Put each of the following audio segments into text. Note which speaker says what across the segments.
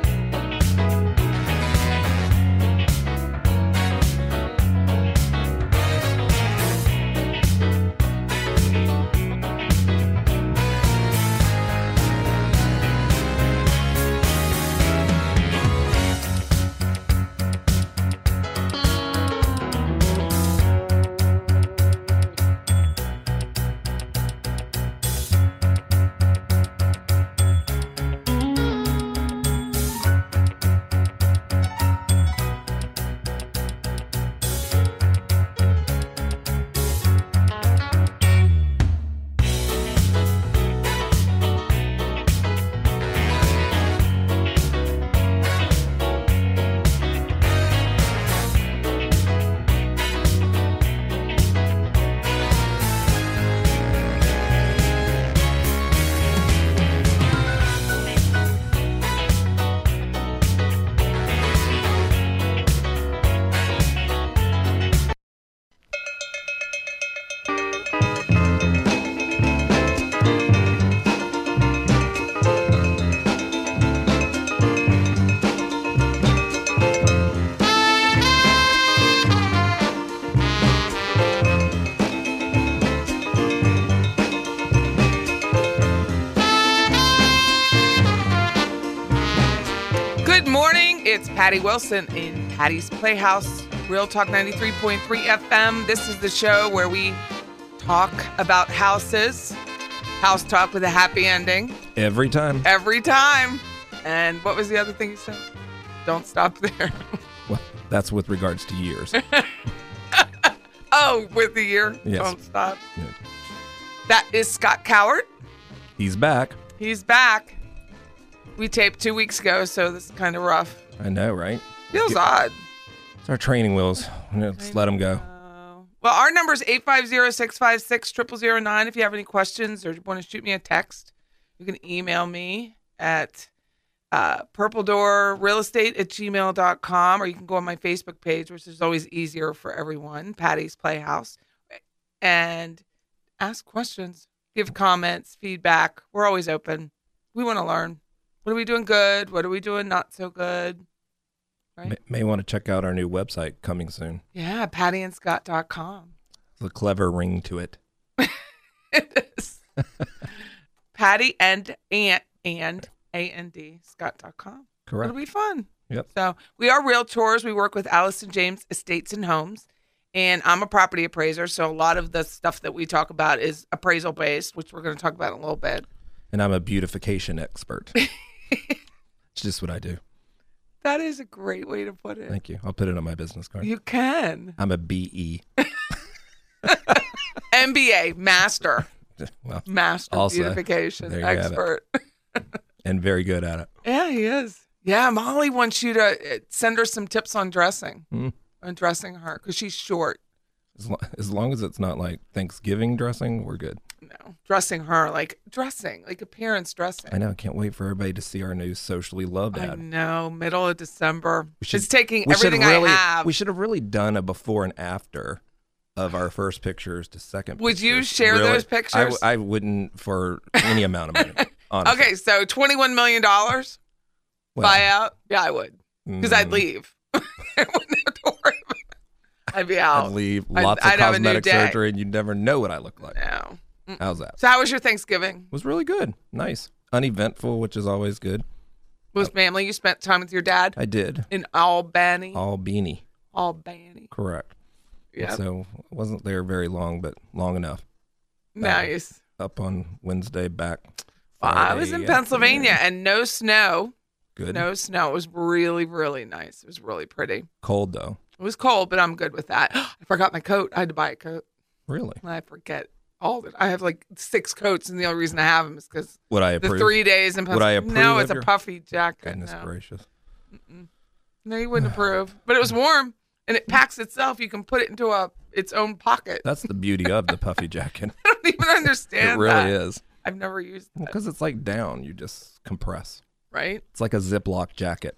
Speaker 1: Good morning. It's Patty Wilson in Patty's Playhouse, Real Talk 93.3 FM. This is the show where we talk about houses, house talk with a happy ending
Speaker 2: Every time.
Speaker 1: every time. And what was the other thing you said? Don't stop there.
Speaker 2: Well, that's with regards to years.
Speaker 1: Oh, with the year,
Speaker 2: Yes.
Speaker 1: don't stop.
Speaker 2: Yeah.
Speaker 1: That is Scott Coward.
Speaker 2: He's back.
Speaker 1: He's back. We taped two weeks ago, so this is kind of rough.
Speaker 2: I know, right?
Speaker 1: Feels odd.
Speaker 2: It's our training wheels. Let's let him go.
Speaker 1: Uh, Well, our number is 850-656-0009 if you have any questions or want to shoot me a text. You can email me at uh, purpledoorrealestate at gmail.com or you can go on my Facebook page, which is always easier for everyone, Patty's Playhouse, and ask questions, give comments, feedback. We're always open. We want to learn. What are we doing good? What are we doing not so good?
Speaker 2: May, may want to check out our new website coming soon.
Speaker 1: Yeah, pattyandscott.com.
Speaker 2: The clever ring to it.
Speaker 1: it is. Patty and and and a n d scott.com.
Speaker 2: Correct.
Speaker 1: It'll be fun.
Speaker 2: Yep.
Speaker 1: So we are realtors. We work with Allison James Estates and Homes, and I'm a property appraiser. So a lot of the stuff that we talk about is appraisal based, which we're going to talk about in a little bit.
Speaker 2: And I'm a beautification expert. it's just what I do.
Speaker 1: That is a great way to put it.
Speaker 2: Thank you. I'll put it on my business card.
Speaker 1: You can
Speaker 2: I'm a E. BE.
Speaker 1: MBA master,
Speaker 2: well,
Speaker 1: master
Speaker 2: Also,
Speaker 1: beautification
Speaker 2: there you have it.
Speaker 1: expert.
Speaker 2: and very good at it.
Speaker 1: Yeah, he is. Yeah, Molly wants you to uh, send her some tips on dressing,
Speaker 2: Mm.
Speaker 1: on dressing her because she's short.
Speaker 2: As, lo- as long as it's not like Thanksgiving dressing, we're good.
Speaker 1: No, dressing her like dressing, like appearance dressing.
Speaker 2: I know. I can't wait for everybody to see our new socially loved
Speaker 1: I
Speaker 2: ad.
Speaker 1: know. Middle of December.
Speaker 2: We should-
Speaker 1: it's taking
Speaker 2: we should
Speaker 1: everything
Speaker 2: really-
Speaker 1: I have.
Speaker 2: We should have really done a before and after of our first pictures to second.
Speaker 1: Would you
Speaker 2: pictures.
Speaker 1: share
Speaker 2: Really,
Speaker 1: those
Speaker 2: I,
Speaker 1: pictures?
Speaker 2: w- I wouldn't for any amount of money. Honestly.
Speaker 1: okay, so twenty-one million dollars buyout. Yeah, I would because I'd
Speaker 2: mm,
Speaker 1: leave. I wouldn't have to worry about it. I'd be out.
Speaker 2: I'd leave
Speaker 1: I'd-
Speaker 2: lots
Speaker 1: I'd
Speaker 2: of
Speaker 1: have a new
Speaker 2: cosmetic
Speaker 1: day.
Speaker 2: surgery, and you'd never know what I look like.
Speaker 1: No.
Speaker 2: How's that?
Speaker 1: So how was your Thanksgiving?
Speaker 2: was really good. Nice. Uneventful, which is always good.
Speaker 1: Was family? You spent time with your dad
Speaker 2: Uh, I did.
Speaker 1: in Albany.
Speaker 2: All beanie.
Speaker 1: Albany.
Speaker 2: Correct.
Speaker 1: Yeah.
Speaker 2: So I wasn't there very long, but long enough.
Speaker 1: Nice.
Speaker 2: up on Wednesday back.
Speaker 1: Well, I was in
Speaker 2: Friday
Speaker 1: Pennsylvania
Speaker 2: afternoon.
Speaker 1: and no snow.
Speaker 2: Good.
Speaker 1: No snow. It was really, really nice. It was really pretty.
Speaker 2: Cold though.
Speaker 1: It was cold, but I'm good with that. I forgot my coat. I had to buy a coat.
Speaker 2: Really?
Speaker 1: I forget all that. I have like six coats, and the only reason I have them is because
Speaker 2: Would I
Speaker 1: the
Speaker 2: approve?
Speaker 1: three days in
Speaker 2: Would I
Speaker 1: Pennsylvania. No,
Speaker 2: approve
Speaker 1: it's
Speaker 2: of
Speaker 1: a
Speaker 2: your-
Speaker 1: puffy jacket.
Speaker 2: Goodness
Speaker 1: No.
Speaker 2: gracious.
Speaker 1: no, you wouldn't approve. But it was warm, and it packs itself. You can put it into a its own pocket. I
Speaker 2: That's the beauty of the puffy jacket.
Speaker 1: don't even
Speaker 2: it
Speaker 1: understand.
Speaker 2: really
Speaker 1: that.
Speaker 2: is.
Speaker 1: I've never used that.
Speaker 2: Because it's like down. You just compress.
Speaker 1: Right?
Speaker 2: It's like a Ziploc jacket.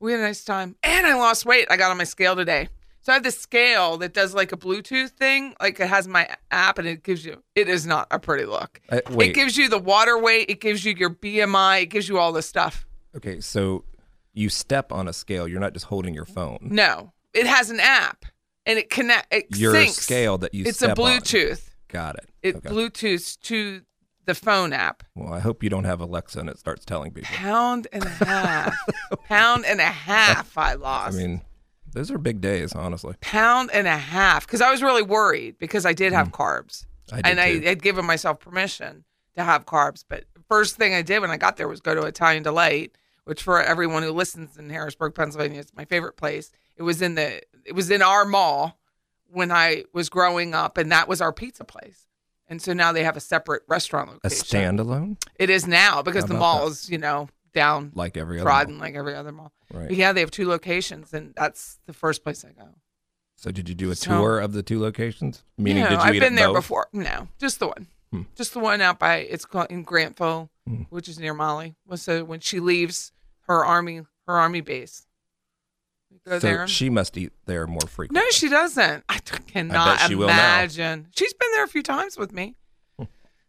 Speaker 1: We had a nice time. And I lost weight. I got on my scale today. So I have this scale that does like a Bluetooth thing. Like it has my app and it gives you, it is not a pretty look.
Speaker 2: Uh, wait.
Speaker 1: It gives you the water weight. It gives you your BMI. It gives you all this stuff.
Speaker 2: Okay, so you step on a scale. You're not just holding your phone.
Speaker 1: No, it has an app and it connect. It
Speaker 2: Your
Speaker 1: syncs.
Speaker 2: scale that you
Speaker 1: It's
Speaker 2: step
Speaker 1: a
Speaker 2: on.
Speaker 1: Bluetooth.
Speaker 2: Got it.
Speaker 1: It
Speaker 2: okay.
Speaker 1: Bluetooths to the phone app.
Speaker 2: well, I hope you don't have Alexa and it starts telling people.
Speaker 1: Pound and a half. pound and a half. I
Speaker 2: I
Speaker 1: lost.
Speaker 2: mean, those are big days, honestly.
Speaker 1: pound and a half because I was really worried because I did have carbs
Speaker 2: Mm. I did
Speaker 1: and I
Speaker 2: too.
Speaker 1: had given myself permission to have carbs. But first thing I did when I got there was go to Italian Delight, which for everyone who listens in Harrisburg, Pennsylvania, is my favorite place. It was in the it was in our mall when I was growing up, and that was our pizza place. And so now they have a separate restaurant location.
Speaker 2: A standalone,
Speaker 1: It is now because
Speaker 2: How
Speaker 1: the
Speaker 2: about
Speaker 1: mall
Speaker 2: that?
Speaker 1: is you know down
Speaker 2: like every other.
Speaker 1: trodden
Speaker 2: mall.
Speaker 1: like every other mall.
Speaker 2: Right.
Speaker 1: But yeah, they have two locations, and that's the first place I go.
Speaker 2: So, did you do a
Speaker 1: So-
Speaker 2: tour of the two locations? Meaning,
Speaker 1: no,
Speaker 2: did you
Speaker 1: I've
Speaker 2: eat
Speaker 1: been
Speaker 2: at
Speaker 1: there
Speaker 2: both?
Speaker 1: before. No, just the one.
Speaker 2: Hmm.
Speaker 1: Just the one out by it's called in Grantville,
Speaker 2: Hmm.
Speaker 1: which is near Molly. Well, so when she leaves her army, her army base, we go
Speaker 2: so
Speaker 1: there.
Speaker 2: she must eat there more frequently.
Speaker 1: no, she doesn't. I t- cannot
Speaker 2: she will now.
Speaker 1: imagine. She's been there a few times with me.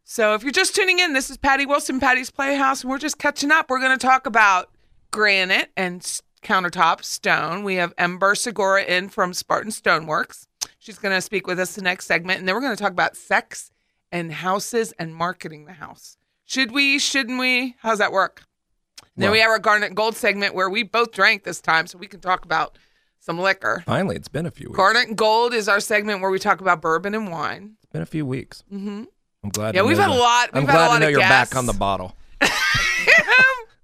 Speaker 1: So if you're just tuning in, this is Patty Wilson, Patty's Playhouse, and we're just catching up. We're going to talk about granite and s- countertop stone. We have Ember Segura in from Spartan Stoneworks. She's going to speak with us the next segment, and then we're going to talk about sex and houses and marketing the house. Should we? Shouldn't we? How's that work? And then
Speaker 2: Well-
Speaker 1: we have our Garnet Gold segment where we both drank this time, so we can talk about some liquor.
Speaker 2: Finally, it's been a few weeks.
Speaker 1: Garnet Gold is our segment where we talk about bourbon and wine.
Speaker 2: It's been a few weeks. Mm-hmm. I'm glad.
Speaker 1: Yeah,
Speaker 2: to
Speaker 1: we've
Speaker 2: know
Speaker 1: had a
Speaker 2: that.
Speaker 1: lot-
Speaker 2: I'm
Speaker 1: we've had a
Speaker 2: glad
Speaker 1: lot
Speaker 2: to know
Speaker 1: of
Speaker 2: you're
Speaker 1: guests.
Speaker 2: back on the bottle.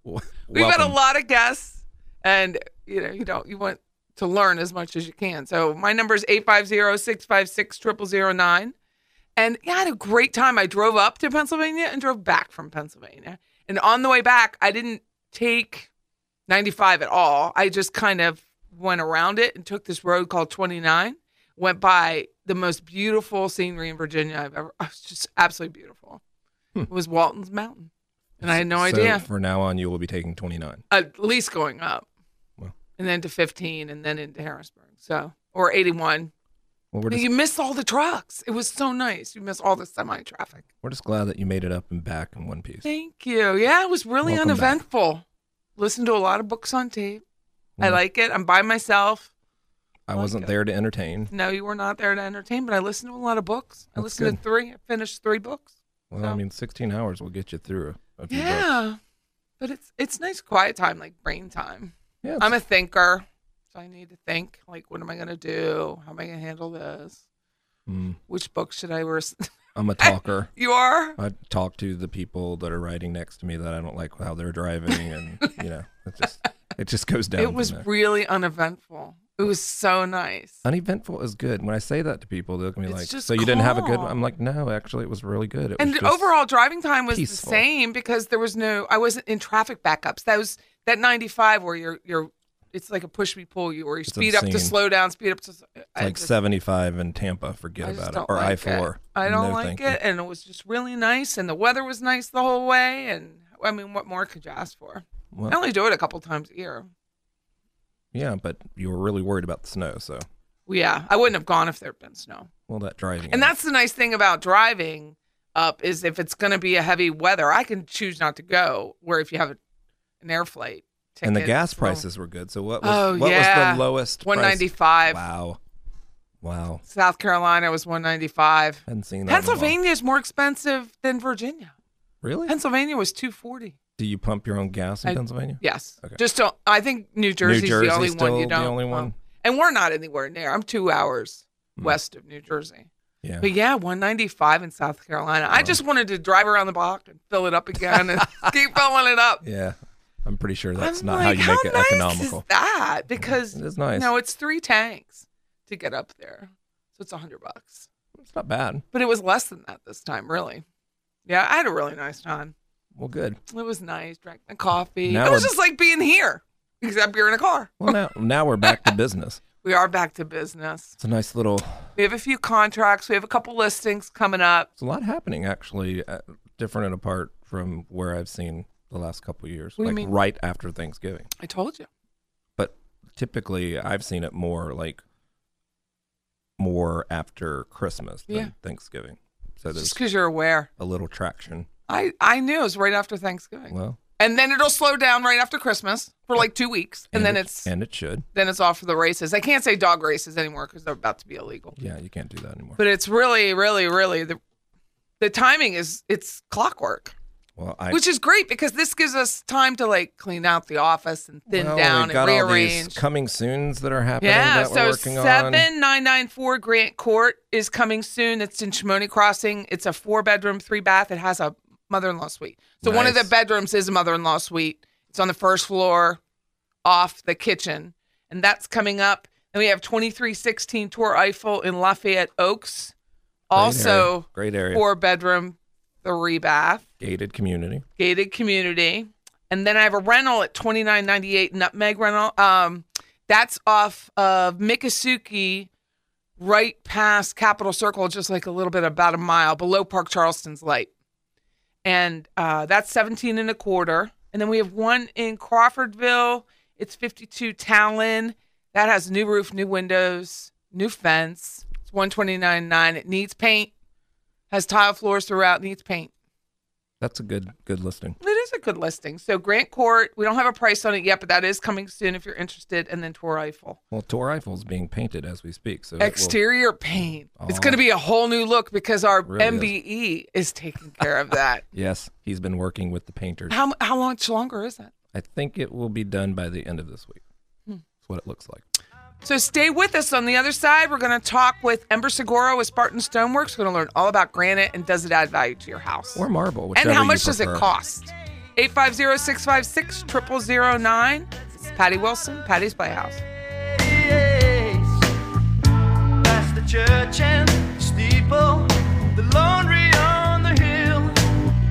Speaker 2: We've
Speaker 1: We've had a lot of guests, and you know, you don't you want to learn as much as you can. So my number is 850-656-0009. And yeah, I had a great time. I drove up to Pennsylvania and drove back from Pennsylvania. And on the way back, I didn't take 95 at all. I just kind of went around it and took this road called 29, went by the most beautiful scenery in Virginia I've ever. It was just absolutely beautiful. It was Walton's Mountain. And I had no
Speaker 2: so
Speaker 1: idea
Speaker 2: From now on, you will be taking 29.
Speaker 1: at least going up,
Speaker 2: Wow.
Speaker 1: and then to 15, and then into Harrisburg. So or 81.
Speaker 2: Well, we're
Speaker 1: But
Speaker 2: just,
Speaker 1: you miss all the trucks. It was so nice. You miss all the semi traffic.
Speaker 2: we're just glad that you made it up and back in one piece.
Speaker 1: Thank you. Yeah, it was really
Speaker 2: Welcome back.
Speaker 1: uneventful. Listened to a lot of books on tape. I
Speaker 2: Yeah.
Speaker 1: like it. I'm by myself.
Speaker 2: I wasn't there to entertain.
Speaker 1: No, you were not there to entertain, but I listened to a lot of books. I
Speaker 2: That's
Speaker 1: listened to
Speaker 2: good.
Speaker 1: three. I finished three books.
Speaker 2: Well,
Speaker 1: So-
Speaker 2: I mean, 16 hours will get you through. A few
Speaker 1: Oh. yeah, but it's it's nice quiet time, like brain time.
Speaker 2: books. yeah.
Speaker 1: I'm a thinker, so I need to think. Like, what am I gonna do? How am I gonna handle this?
Speaker 2: Mm.
Speaker 1: Which book should I read?
Speaker 2: I'm a talker.
Speaker 1: you are.
Speaker 2: I talk to the people that are riding next to me that I don't like how they're driving, and you know, it just it just goes down.
Speaker 1: It
Speaker 2: from
Speaker 1: was
Speaker 2: there.
Speaker 1: really uneventful. It was so nice.
Speaker 2: uneventful is good. When I say that to people, they look at me
Speaker 1: It's
Speaker 2: like,
Speaker 1: just
Speaker 2: "So you didn't have a good?"
Speaker 1: calm.
Speaker 2: one? I'm like, "No, actually, it was really good." It
Speaker 1: And
Speaker 2: was just-
Speaker 1: overall driving time was
Speaker 2: peaceful.
Speaker 1: the same because there was no. I wasn't in traffic backups. That was that 95 where you're you're. It's like a push me pull you, or you
Speaker 2: It's
Speaker 1: speed up to
Speaker 2: obscene.
Speaker 1: slow down, speed up to. It's
Speaker 2: it's like 75 in Tampa. Forget
Speaker 1: I just
Speaker 2: about it.
Speaker 1: don't
Speaker 2: Or
Speaker 1: like
Speaker 2: I four.
Speaker 1: It. I don't
Speaker 2: No,
Speaker 1: like
Speaker 2: thank
Speaker 1: it,
Speaker 2: you.
Speaker 1: and it was just really nice, and the weather was nice the whole way. And I mean, what more could you ask for? I
Speaker 2: Well,
Speaker 1: only do it a couple times a year.
Speaker 2: yeah, but you were really worried about the snow, so
Speaker 1: Well, yeah, I wouldn't have gone if there'd been snow.
Speaker 2: well that driving.
Speaker 1: And that's the nice thing about driving up is if it's going to be a heavy weather, I can choose not to go. Where if you have an air flight ticket,
Speaker 2: and the gas
Speaker 1: it's wrong.
Speaker 2: prices were good. So what was
Speaker 1: Oh,
Speaker 2: what
Speaker 1: yeah.
Speaker 2: was the lowest? price?
Speaker 1: 195.
Speaker 2: Wow, wow.
Speaker 1: South Carolina was one ninety five.
Speaker 2: Hadn't seen that. in a while.
Speaker 1: Pennsylvania is more expensive than Virginia.
Speaker 2: Really?
Speaker 1: Pennsylvania was two forty.
Speaker 2: Do you pump your own gas in
Speaker 1: I-
Speaker 2: Pennsylvania?
Speaker 1: Yes.
Speaker 2: Okay.
Speaker 1: Just don't. I think New Jersey's
Speaker 2: Jersey's
Speaker 1: the only one
Speaker 2: still
Speaker 1: you
Speaker 2: the
Speaker 1: don't.
Speaker 2: only Hmm.
Speaker 1: know.
Speaker 2: one?
Speaker 1: And we're not anywhere near. I'm two hours west of New Jersey.
Speaker 2: Yeah.
Speaker 1: But yeah, 195 in South Carolina. I just wanted to drive around the block and fill it up again and keep filling it up.
Speaker 2: Yeah. I'm pretty sure that's
Speaker 1: I'm
Speaker 2: not
Speaker 1: like,
Speaker 2: how you make it
Speaker 1: nice Is
Speaker 2: economical.
Speaker 1: that because
Speaker 2: It is nice.
Speaker 1: no, it's three tanks to get up there, so it's a hundred bucks.
Speaker 2: It's not bad.
Speaker 1: But it was less than that this time, really. Yeah, I had a really nice time.
Speaker 2: Well, good.
Speaker 1: It was nice. Drank my coffee.
Speaker 2: Now
Speaker 1: it was
Speaker 2: we're-
Speaker 1: just like being here, except you're in a car.
Speaker 2: Well, now now we're back to business.
Speaker 1: We are back to business.
Speaker 2: It's a nice little.
Speaker 1: We have a few contracts. We have a couple listings coming up.
Speaker 2: It's a lot happening actually, uh, different and apart from where I've seen the last couple of years.
Speaker 1: What do you
Speaker 2: like
Speaker 1: mean?
Speaker 2: right after Thanksgiving,
Speaker 1: I told you.
Speaker 2: but typically I've seen it more like more after Christmas than
Speaker 1: Yeah.
Speaker 2: Thanksgiving. So
Speaker 1: It's
Speaker 2: there's
Speaker 1: just because you're aware.
Speaker 2: a little traction.
Speaker 1: I, I knew it was right after Thanksgiving.
Speaker 2: Well,
Speaker 1: And then it'll slow down right after Christmas for like two weeks. And, then
Speaker 2: it-
Speaker 1: it's
Speaker 2: and it should.
Speaker 1: then it's off for the races. I can't say dog races anymore because they're about to be illegal.
Speaker 2: Yeah, you can't do that anymore.
Speaker 1: But it's really, really, really the the timing is it's clockwork,
Speaker 2: well, I
Speaker 1: which is great because this gives us time to like clean out the office and thin
Speaker 2: well,
Speaker 1: down
Speaker 2: we
Speaker 1: and
Speaker 2: got all
Speaker 1: rearrange.
Speaker 2: these coming soons that are happening
Speaker 1: yeah,
Speaker 2: that we're
Speaker 1: so
Speaker 2: working on.
Speaker 1: seven nine nine four Grant Court is coming soon. It's in Shimone Crossing. It's a four bedroom, three bath. It has a mother in law suite. So one of the
Speaker 2: Nice.
Speaker 1: bedrooms is a mother in law suite. It's on the first floor, off the kitchen, and that's coming up. And we have twenty three sixteen Tour Eiffel in Lafayette Oaks, also
Speaker 2: great area,
Speaker 1: four bedroom, three bath
Speaker 2: gated community.
Speaker 1: gated community. And then I have a rental at twenty nine ninety eight Nutmeg rental. Um, that's off of Miccosukee, right past Capitol Circle, just like a little bit about a mile below Park Charleston's light. And uh, that's seventeen and a quarter. And then we have one in Crawfordville. It's fifty two Talon. That has new roof, new windows, new fence. It's one twenty nine nine. It needs paint. Has tile floors throughout. Needs paint.
Speaker 2: That's a good good listing.
Speaker 1: It is a good listing. So Grant Court, we don't have a price on it yet, but that is coming soon if you're interested. And then Tor Eiffel.
Speaker 2: Well, Tor Eiffel's being painted as we speak, so it will-
Speaker 1: Exterior paint. It's
Speaker 2: Oh.
Speaker 1: going to be a whole new look because our
Speaker 2: Really is.
Speaker 1: MBE is. taking care of that.
Speaker 2: yes, he's been working with the painters.
Speaker 1: how how much longer is that?
Speaker 2: I think it will be done by the end of this week.
Speaker 1: Hmm.
Speaker 2: That's what it looks like.
Speaker 1: So stay with us. On the other side, we're going to talk with Ember Seguro with Spartan Stoneworks. We're going to learn all about granite and does it add value to your house?
Speaker 2: Or marble, whichever
Speaker 1: and how
Speaker 2: you
Speaker 1: much does it
Speaker 2: prefer.
Speaker 1: cost? 850 656 0009. It's Patty Wilson, Patty's Playhouse.
Speaker 3: Past the church and steeple, the laundry on the hill,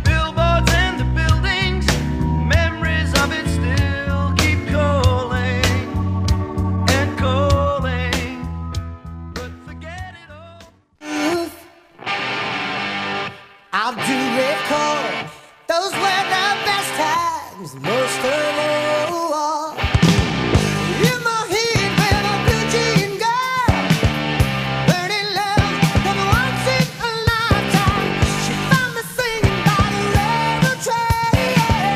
Speaker 3: billboards and the buildings, memories of it still keep calling and calling. But forget it all.
Speaker 4: I do recall those were the best times, most of all. In my head, when a blue jean girl, burning love that once in a lifetime. She found me singing by the railroad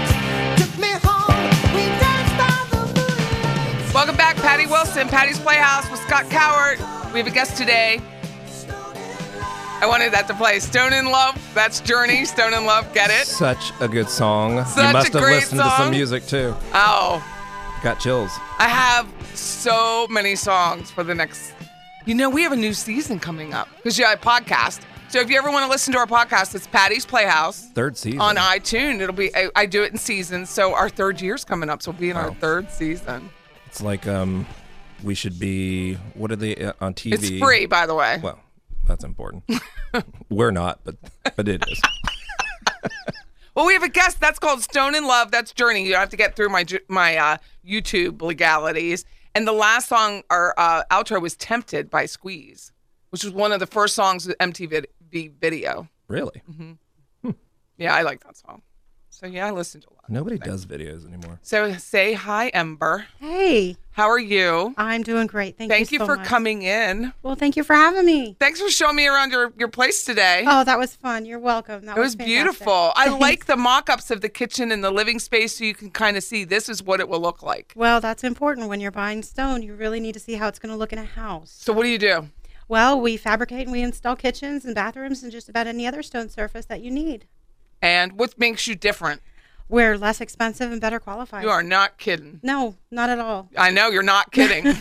Speaker 4: tracks, took me home. We danced by the moonlight.
Speaker 1: Welcome back, Patty Wilson, Patty's Playhouse with Scott Cowart. We have a guest today. I wanted that to play Stone in Love. That's Journey, Stone in Love. Get it?
Speaker 2: Such a good song.
Speaker 1: Such
Speaker 2: you must
Speaker 1: a
Speaker 2: have
Speaker 1: great
Speaker 2: listened to
Speaker 1: song.
Speaker 2: some music too.
Speaker 1: Oh,
Speaker 2: Got chills.
Speaker 1: I have so many songs for the next. You know, we have a new season coming up because yeah, I podcast. So if you ever want to listen to our podcast, it's Patty's Playhouse
Speaker 2: Third season.
Speaker 1: on iTunes. It'll be I, I do it in seasons. So our third year's coming up, so we'll be in our
Speaker 2: Wow.
Speaker 1: third season.
Speaker 2: it's like um, we should be. What are they uh, on TV?
Speaker 1: It's free, by the way.
Speaker 2: Well, that's important. We're not, but but it is.
Speaker 1: Well, we have a guest that's called Stone in Love. That's Journey. You don't have to get through my ju- my uh, YouTube legalities. And the last song, our uh, outro, was "Tempted" by Squeeze, which was one of the first songs with MTV vid- video.
Speaker 2: Really,
Speaker 1: Mm-hmm. Yeah, I like that song. So yeah, I listened to a lot.
Speaker 2: nobody does videos anymore.
Speaker 1: So say hi, Ember.
Speaker 5: Hey,
Speaker 1: How are you?
Speaker 5: I'm doing great. Thank,
Speaker 1: Thank
Speaker 5: you,
Speaker 1: you,
Speaker 5: so
Speaker 1: for
Speaker 5: much.
Speaker 1: coming in.
Speaker 5: Well, thank you for having me.
Speaker 1: Thanks for showing me around your, your place today.
Speaker 5: Oh, that was fun. You're welcome. That
Speaker 1: it was
Speaker 5: fantastic.
Speaker 1: beautiful. I
Speaker 5: Thanks.
Speaker 1: like the mock-ups of the kitchen and the living space, so you can kind of see this is what it will look like.
Speaker 5: Well, that's important when you're buying stone. You really need to see how it's going to look in a house.
Speaker 1: So what do you do?
Speaker 5: Well, we fabricate and we install kitchens and bathrooms and just about any other stone surface that you need.
Speaker 1: And what makes you different?
Speaker 5: We're less expensive and better qualified.
Speaker 1: You are not kidding.
Speaker 5: No, not at all.
Speaker 1: I know you're not kidding.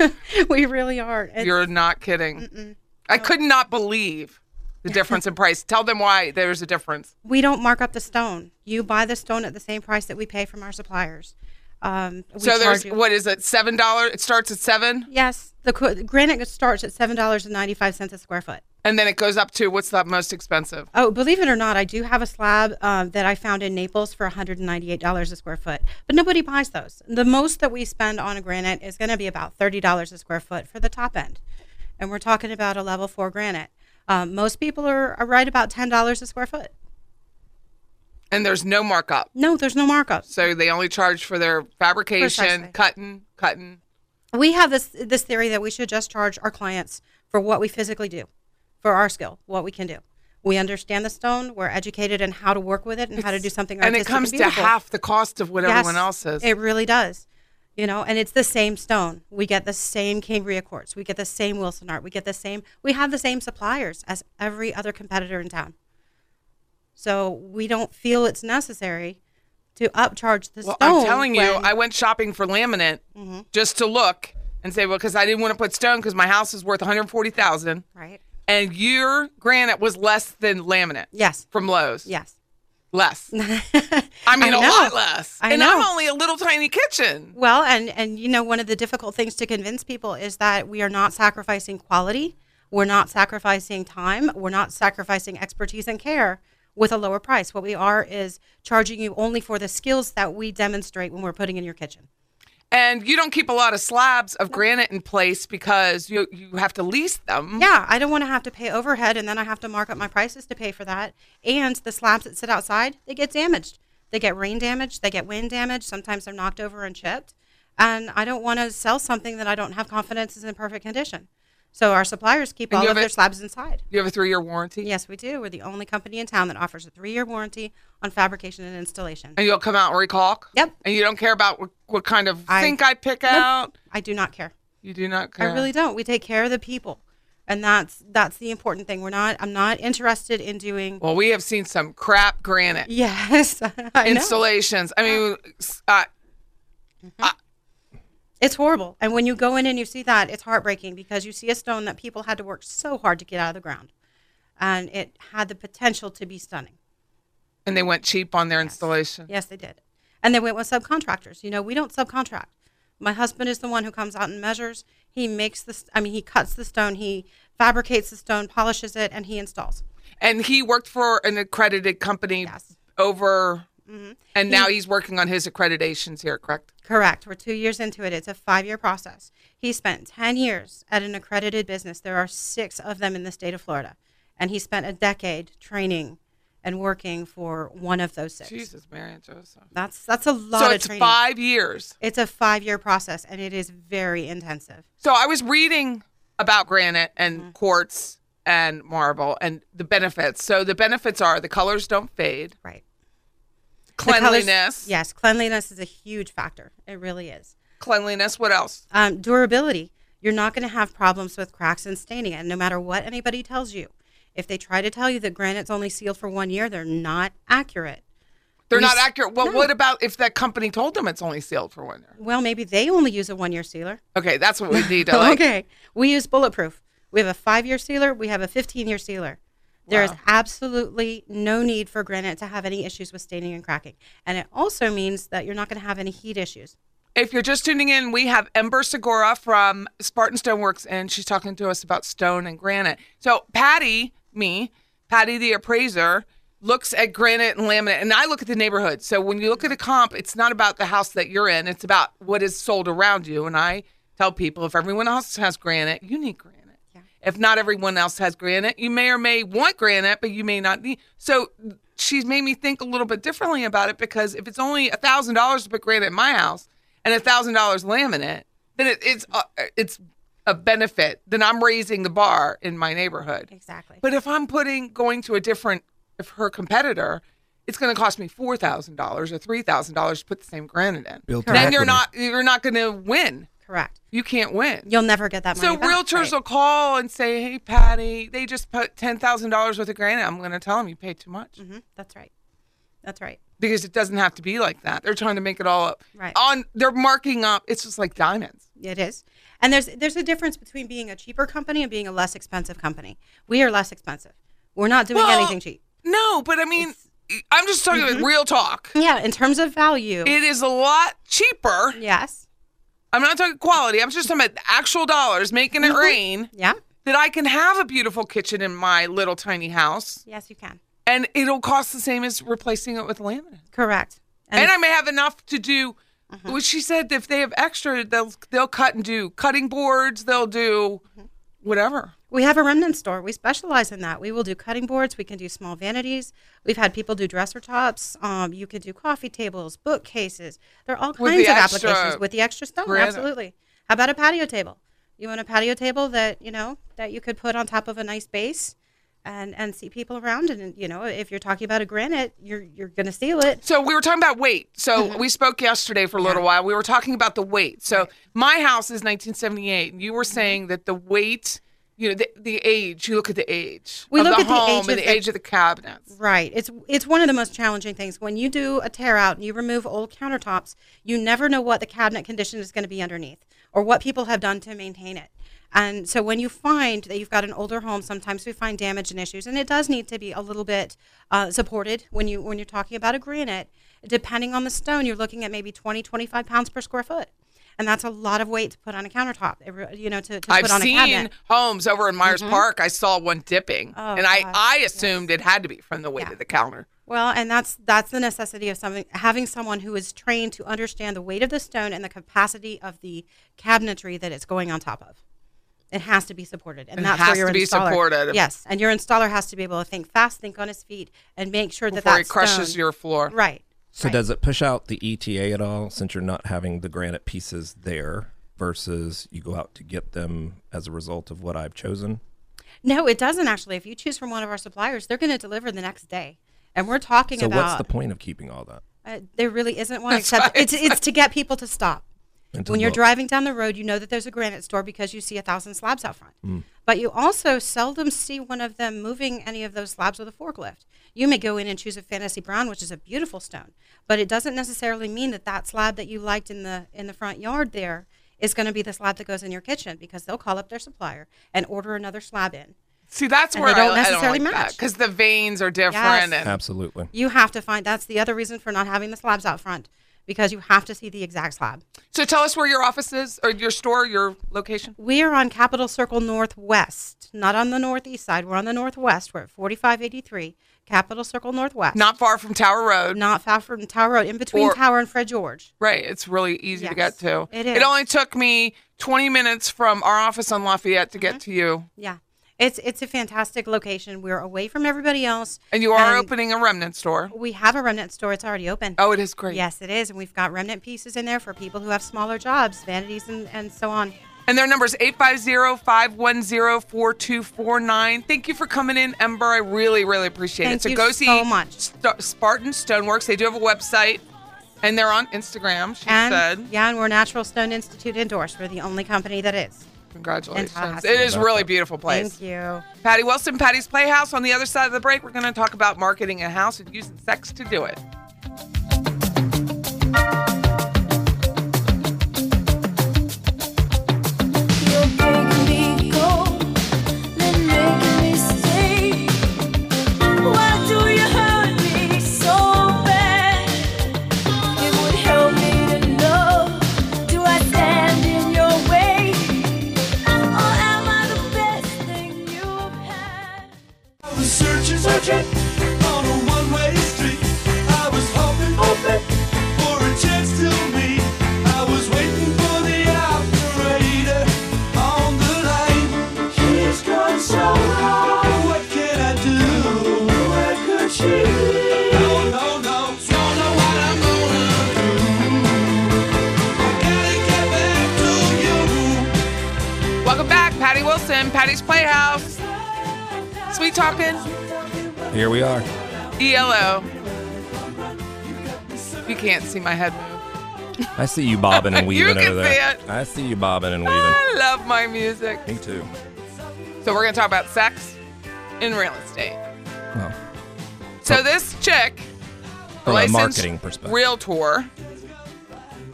Speaker 5: we really are. It's-
Speaker 1: you're not kidding. I could not believe the difference in price. Tell them why there's a difference.
Speaker 5: We don't mark up the stone. You buy the stone at the same price that we pay from our suppliers. Um, we
Speaker 1: so there's
Speaker 5: charge you-
Speaker 1: what is it? Seven dollar. It starts at seven,
Speaker 5: Yes, the qu- granite starts at seven dollars and ninety five cents a square foot.
Speaker 1: and then it goes up to what's the most expensive?
Speaker 5: Oh, believe it or not, I do have a slab um, that I found in Naples for $198 a square foot, but nobody buys those. The most that we spend on a granite is going to be about $30 a square foot for the top end. And we're talking about a level four granite. Um, most people are, are right about $10 a square foot.
Speaker 1: And there's no markup,
Speaker 5: No, there's no markups.
Speaker 1: so they only charge for their fabrication,
Speaker 5: Precisely.
Speaker 1: cutting, cutting.
Speaker 5: we have this this theory that we should just charge our clients for what we physically do, for our skill, what we can do. We understand the stone. We're educated in how to work with it and how to do something.
Speaker 1: and it
Speaker 5: artistic
Speaker 1: comes to
Speaker 5: beautiful.
Speaker 1: half the cost of what
Speaker 5: Yes,
Speaker 1: everyone else is.
Speaker 5: It really does. You know, and it's the same stone. We get the same Cambria quartz. We get the same Wilson art. We get the same. We have the same suppliers as every other competitor in town. So we don't feel it's necessary to upcharge the
Speaker 1: well,
Speaker 5: stone.
Speaker 1: I'm telling you,
Speaker 5: when- Mm-hmm.
Speaker 1: I went shopping for laminate just to look and say, well, because I didn't want to put stone because my house is worth 140,000,
Speaker 5: right.
Speaker 1: and your granite was less than laminate
Speaker 5: Yes.
Speaker 1: from Lowe's.
Speaker 5: Yes.
Speaker 1: less. I mean, a
Speaker 5: know.
Speaker 1: lot less.
Speaker 5: I
Speaker 1: and I'm
Speaker 5: know.
Speaker 1: only a little tiny kitchen.
Speaker 5: Well, and and you know one of the difficult things to convince people is that we are not sacrificing quality, we're not sacrificing time, we're not sacrificing expertise and care with a lower price. What we are is charging you only for the skills that we demonstrate when we're putting in your kitchen.
Speaker 1: And you don't keep a lot of slabs of granite in place because you you have to lease them.
Speaker 5: Yeah, I don't want to have to pay overhead and then I have to mark up my prices to pay for that. And the slabs that sit outside, they get damaged. They get rain damaged, they get wind damaged, sometimes they're knocked over and chipped. And I don't want to sell something that I don't have confidence is in perfect condition. So our suppliers keep
Speaker 1: And you
Speaker 5: all
Speaker 1: have
Speaker 5: of
Speaker 1: a-
Speaker 5: their slabs inside.
Speaker 1: You have a three year warranty.
Speaker 5: Yes, we do. We're the only company in town that offers a three year warranty on fabrication and installation.
Speaker 1: And you'll come out and recalc.
Speaker 5: Yep.
Speaker 1: And you don't care about what, what kind of
Speaker 5: I-
Speaker 1: sink I pick out.
Speaker 5: I do not care.
Speaker 1: You do not care.
Speaker 5: I really don't. We take care of the people. And that's that's the important thing. We're not I'm not interested in doing
Speaker 1: Well, we have seen some crap granite
Speaker 5: Yes. I know.
Speaker 1: installations. I mean, uh,
Speaker 5: It's horrible. And when you go in and you see that, it's heartbreaking because you see a stone that people had to work so hard to get out of the ground. And it had the potential to be stunning.
Speaker 1: and they went cheap on their installation.
Speaker 5: Yes, they did. And they went with subcontractors. You know, we don't subcontract. My husband is the one who comes out and measures. He makes this, I mean, he cuts the stone, he fabricates the stone, polishes it, and he installs.
Speaker 1: And he worked for an accredited company
Speaker 5: Yes. Mm-hmm.
Speaker 1: over, and now he's working on his accreditations here, correct?
Speaker 5: Correct. We're two years into it. It's a five year process. He spent 10 years at an accredited business. There are six of them in the state of Florida. And he spent a decade training and working for one of those six.
Speaker 1: Jesus, Mary and Joseph.
Speaker 5: That's that's a lot
Speaker 1: So
Speaker 5: of
Speaker 1: it's
Speaker 5: training.
Speaker 1: five years.
Speaker 5: It's a five year process and it is very intensive.
Speaker 1: So I was reading about granite and
Speaker 5: Mm-hmm.
Speaker 1: quartz and marble and the benefits. So the benefits are the colors don't fade,
Speaker 5: Right. The colors-
Speaker 1: cleanliness.
Speaker 5: yes, cleanliness is a huge factor. It really is.
Speaker 1: Cleanliness. What else?
Speaker 5: Um, durability. You're not going to have problems with cracks and staining, and no matter what anybody tells you, if they try to tell you that granite's only sealed for one year, they're not accurate.
Speaker 1: They're
Speaker 5: We
Speaker 1: not
Speaker 5: s-
Speaker 1: accurate. Well,
Speaker 5: No.
Speaker 1: what about if that company told them it's only sealed for one year?
Speaker 5: Well, maybe they only use a one-year sealer.
Speaker 1: Okay, that's what we need to like.
Speaker 5: okay, we use bulletproof. We have a five-year sealer. We have a 15-year sealer. There is absolutely no need for granite to have any issues with staining and cracking, and it also means that you're not going to have any heat issues.
Speaker 1: If you're just tuning in, we have Ember Segura from Spartan Stoneworks, and she's talking to us about stone and granite. So Patty, me, Patty the appraiser, looks at granite and laminate, and I look at the neighborhood. So when you look at a comp, it's not about the house that you're in; it's about what is sold around you. And I tell people, if everyone else has granite, you need granite. If not everyone else has granite, you may or may want granite, but you may not need. So she's made me think a little bit differently about it because if it's only a thousand dollars to put granite in my house and a thousand dollars laminate, then it, it's a, it's a benefit. Then I'm raising the bar in my neighborhood.
Speaker 5: Exactly.
Speaker 1: But if I'm putting going to a different, if her competitor, it's going to cost me four thousand dollars or three thousand dollars to put the same granite in.
Speaker 2: Built
Speaker 1: then you're
Speaker 2: equity.
Speaker 1: not you're not going to win.
Speaker 5: Correct.
Speaker 1: You can't win.
Speaker 5: You'll never get that money.
Speaker 1: So
Speaker 5: back,
Speaker 1: realtors
Speaker 5: right?
Speaker 1: will call and say, "Hey, Patty, they just put ten thousand dollars worth of granite." I'm going to tell them you paid too much
Speaker 5: Mhm, That's right. That's right.
Speaker 1: because it doesn't have to be like that. They're trying to make it all up.
Speaker 5: Right.
Speaker 1: On they're marking up. It's just like diamonds.
Speaker 5: It is. And there's there's a difference between being a cheaper company and being a less expensive company. We are less expensive. We're not doing
Speaker 1: Well-
Speaker 5: anything cheap. Mm-hmm.
Speaker 1: No, but I mean, I'm just talking like real talk.
Speaker 5: Yeah, in terms of value.
Speaker 1: It is a lot cheaper.
Speaker 5: yes.
Speaker 1: I'm not talking quality. I'm just talking about actual dollars, making it rain.
Speaker 5: Mm-hmm. Yeah.
Speaker 1: That I can have a beautiful kitchen in my little tiny house,
Speaker 5: Yes, you can.
Speaker 1: and it'll cost the same as replacing it with laminate.
Speaker 5: Correct.
Speaker 1: And,
Speaker 5: And, Mm-hmm.
Speaker 1: I may have enough to do. Well, she said if they have extra, they'll they'll cut and do cutting boards. They'll do
Speaker 5: Mm-hmm.
Speaker 1: whatever.
Speaker 5: we have a remnant store. We specialize in that. We will do cutting boards. We can do small vanities. We've had people do dresser tops. Um, you can do coffee tables, bookcases. There are all
Speaker 1: With
Speaker 5: kinds
Speaker 1: the
Speaker 5: of
Speaker 1: extra
Speaker 5: applications with the extra stuff.
Speaker 1: granite.
Speaker 5: Absolutely. How about a patio table? You want a patio table that you know that you could put on top of a nice base, and and see people around. And you know, if you're talking about a granite, you're you're gonna seal it.
Speaker 1: So we were talking about weight. So
Speaker 5: Mm-hmm.
Speaker 1: we spoke yesterday for a little while. We were talking about the weight. So my house is 1978, and you
Speaker 5: Mm-hmm.
Speaker 1: were saying that the weight, you know, the, the age. You look at the age.
Speaker 5: We
Speaker 1: of
Speaker 5: look
Speaker 1: the
Speaker 5: at the
Speaker 1: home
Speaker 5: age
Speaker 1: and the
Speaker 5: of the-
Speaker 1: age of the cabinets.
Speaker 5: Right. It's it's one of the most challenging things when you do a tear out and you remove old countertops. You never know what the cabinet condition is going to be underneath or what people have done to maintain it. And so when you find that you've got an older home, sometimes we find damage and issues, and it does need to be a little bit uh, supported when you when you're talking about a granite. Depending on the stone, you're looking at maybe 20, 25 pounds per square foot, and that's a lot of weight to put on a countertop. It re- You know, to, to
Speaker 1: I've
Speaker 5: put on a
Speaker 1: seen
Speaker 5: cabinet. Mm-hmm. Oh,
Speaker 1: homes over in Myers Park. I saw one dipping, and I I assumed it had to be from the weight of the counter.
Speaker 5: Well, and that's that's the necessity of something having someone who is trained to understand the weight of the stone and the capacity of the cabinetry that it's going on top of. It has to be supported, and
Speaker 1: It
Speaker 5: that's
Speaker 1: has
Speaker 5: where your
Speaker 1: to be
Speaker 5: installer,
Speaker 1: supported.
Speaker 5: Yes, and your installer has to be able to think fast, think on his feet, and make sure that
Speaker 1: Before
Speaker 5: that
Speaker 1: it crushes
Speaker 5: stone-
Speaker 1: your floor.
Speaker 5: right.
Speaker 2: So
Speaker 5: right.
Speaker 2: does it push out the ETA at all since you're not having the granite pieces there versus you go out to get them as a result of what I've chosen?
Speaker 5: No, it doesn't actually. If you choose from one of our suppliers, they're going to deliver the next day, and we're talking
Speaker 2: So what's
Speaker 5: about
Speaker 2: the point of keeping all that?
Speaker 5: Uh, there really isn't one except it's it's to get people to stop.
Speaker 2: And to
Speaker 5: when you're
Speaker 2: look.
Speaker 5: driving down the road, you know that there's a granite store because you see a thousand slabs out front. But you also seldom see one of them moving any of those slabs with a forklift. You may go in and choose a fantasy brown, which is a beautiful stone, but it doesn't necessarily mean that that slab that you liked in the in the front yard there is going to be the slab that goes in your kitchen because they'll call up their supplier and order another slab in.
Speaker 1: See, that's
Speaker 5: And
Speaker 1: where
Speaker 5: they don't
Speaker 1: I, I
Speaker 5: necessarily
Speaker 1: don't like
Speaker 5: match.
Speaker 1: because the veins are different.
Speaker 5: Yes.
Speaker 1: and-
Speaker 2: Absolutely.
Speaker 5: You have to find that's the other reason for not having the slabs out front because you have to see the exact slab.
Speaker 1: so tell us where your office is or your store, your location.
Speaker 5: We are on Capitol Circle Northwest, not on the northeast side. We're on the northwest. We're at 4583 Capitol Circle Northwest.
Speaker 1: Not far from Tower Road.
Speaker 5: not far from Tower Road, in between
Speaker 1: Or-
Speaker 5: Tower and Fred George.
Speaker 1: Right. It's really easy to get to.
Speaker 5: Yes, it
Speaker 1: It
Speaker 5: is.
Speaker 1: only took me 20 minutes from our office on Lafayette to
Speaker 5: Mm-hmm.
Speaker 1: get to you.
Speaker 5: Yeah, it's it's a fantastic location. We're away from everybody else.
Speaker 1: And you are
Speaker 5: And-
Speaker 1: opening a remnant store.
Speaker 5: We have a remnant store. It's already open.
Speaker 1: Oh, it is great.
Speaker 5: Yes, it is, and we've got remnant pieces in there for people who have smaller jobs, vanities, and, and so on.
Speaker 1: And their number is 850 510 4249. Thank you for coming in, Ember. I really, really appreciate
Speaker 5: Thank
Speaker 1: it. So
Speaker 5: you
Speaker 1: go see
Speaker 5: so much.
Speaker 1: Sta- Spartan Stoneworks. They do have a website and they're on Instagram, she
Speaker 5: And
Speaker 1: said.
Speaker 5: yeah, and we're Natural Stone Institute endorsed. We're the only company that is.
Speaker 1: Congratulations.
Speaker 5: Tallahassee.
Speaker 1: It is really beautiful place.
Speaker 5: Thank you.
Speaker 1: Patty Wilson, Patty's Playhouse. On the other side of the break, we're going to talk about marketing a house and using sex to do it.
Speaker 6: You're breaking me cold and making me stay. Why do you hurt me so bad? It would help me to know. Do I stand in your way, or am I the best thing you've had?
Speaker 3: I was searching, searching on a one-way street. I was hoping, hoping for a chance to meet. I was waiting for the operator on the line. She's gone so wrong. What can I do? What could she? No, no, no. Don't know what I'm gonna do. I gotta get back to you.
Speaker 1: Welcome back, Patty Wilson, Patty's Playhouse. Sweet talking,
Speaker 2: Here we are.
Speaker 1: ELO. You can't see my head move.
Speaker 2: I see you bobbing and
Speaker 1: You
Speaker 2: weaving
Speaker 1: can
Speaker 2: over there.
Speaker 1: see Ah.
Speaker 2: I see you bobbing and weaving.
Speaker 1: I love my music.
Speaker 2: Me too.
Speaker 1: So we're gonna talk about sex in real estate.
Speaker 2: Well,
Speaker 1: So this chick,
Speaker 2: from a
Speaker 1: licensed
Speaker 2: marketing perspective.
Speaker 1: realtor,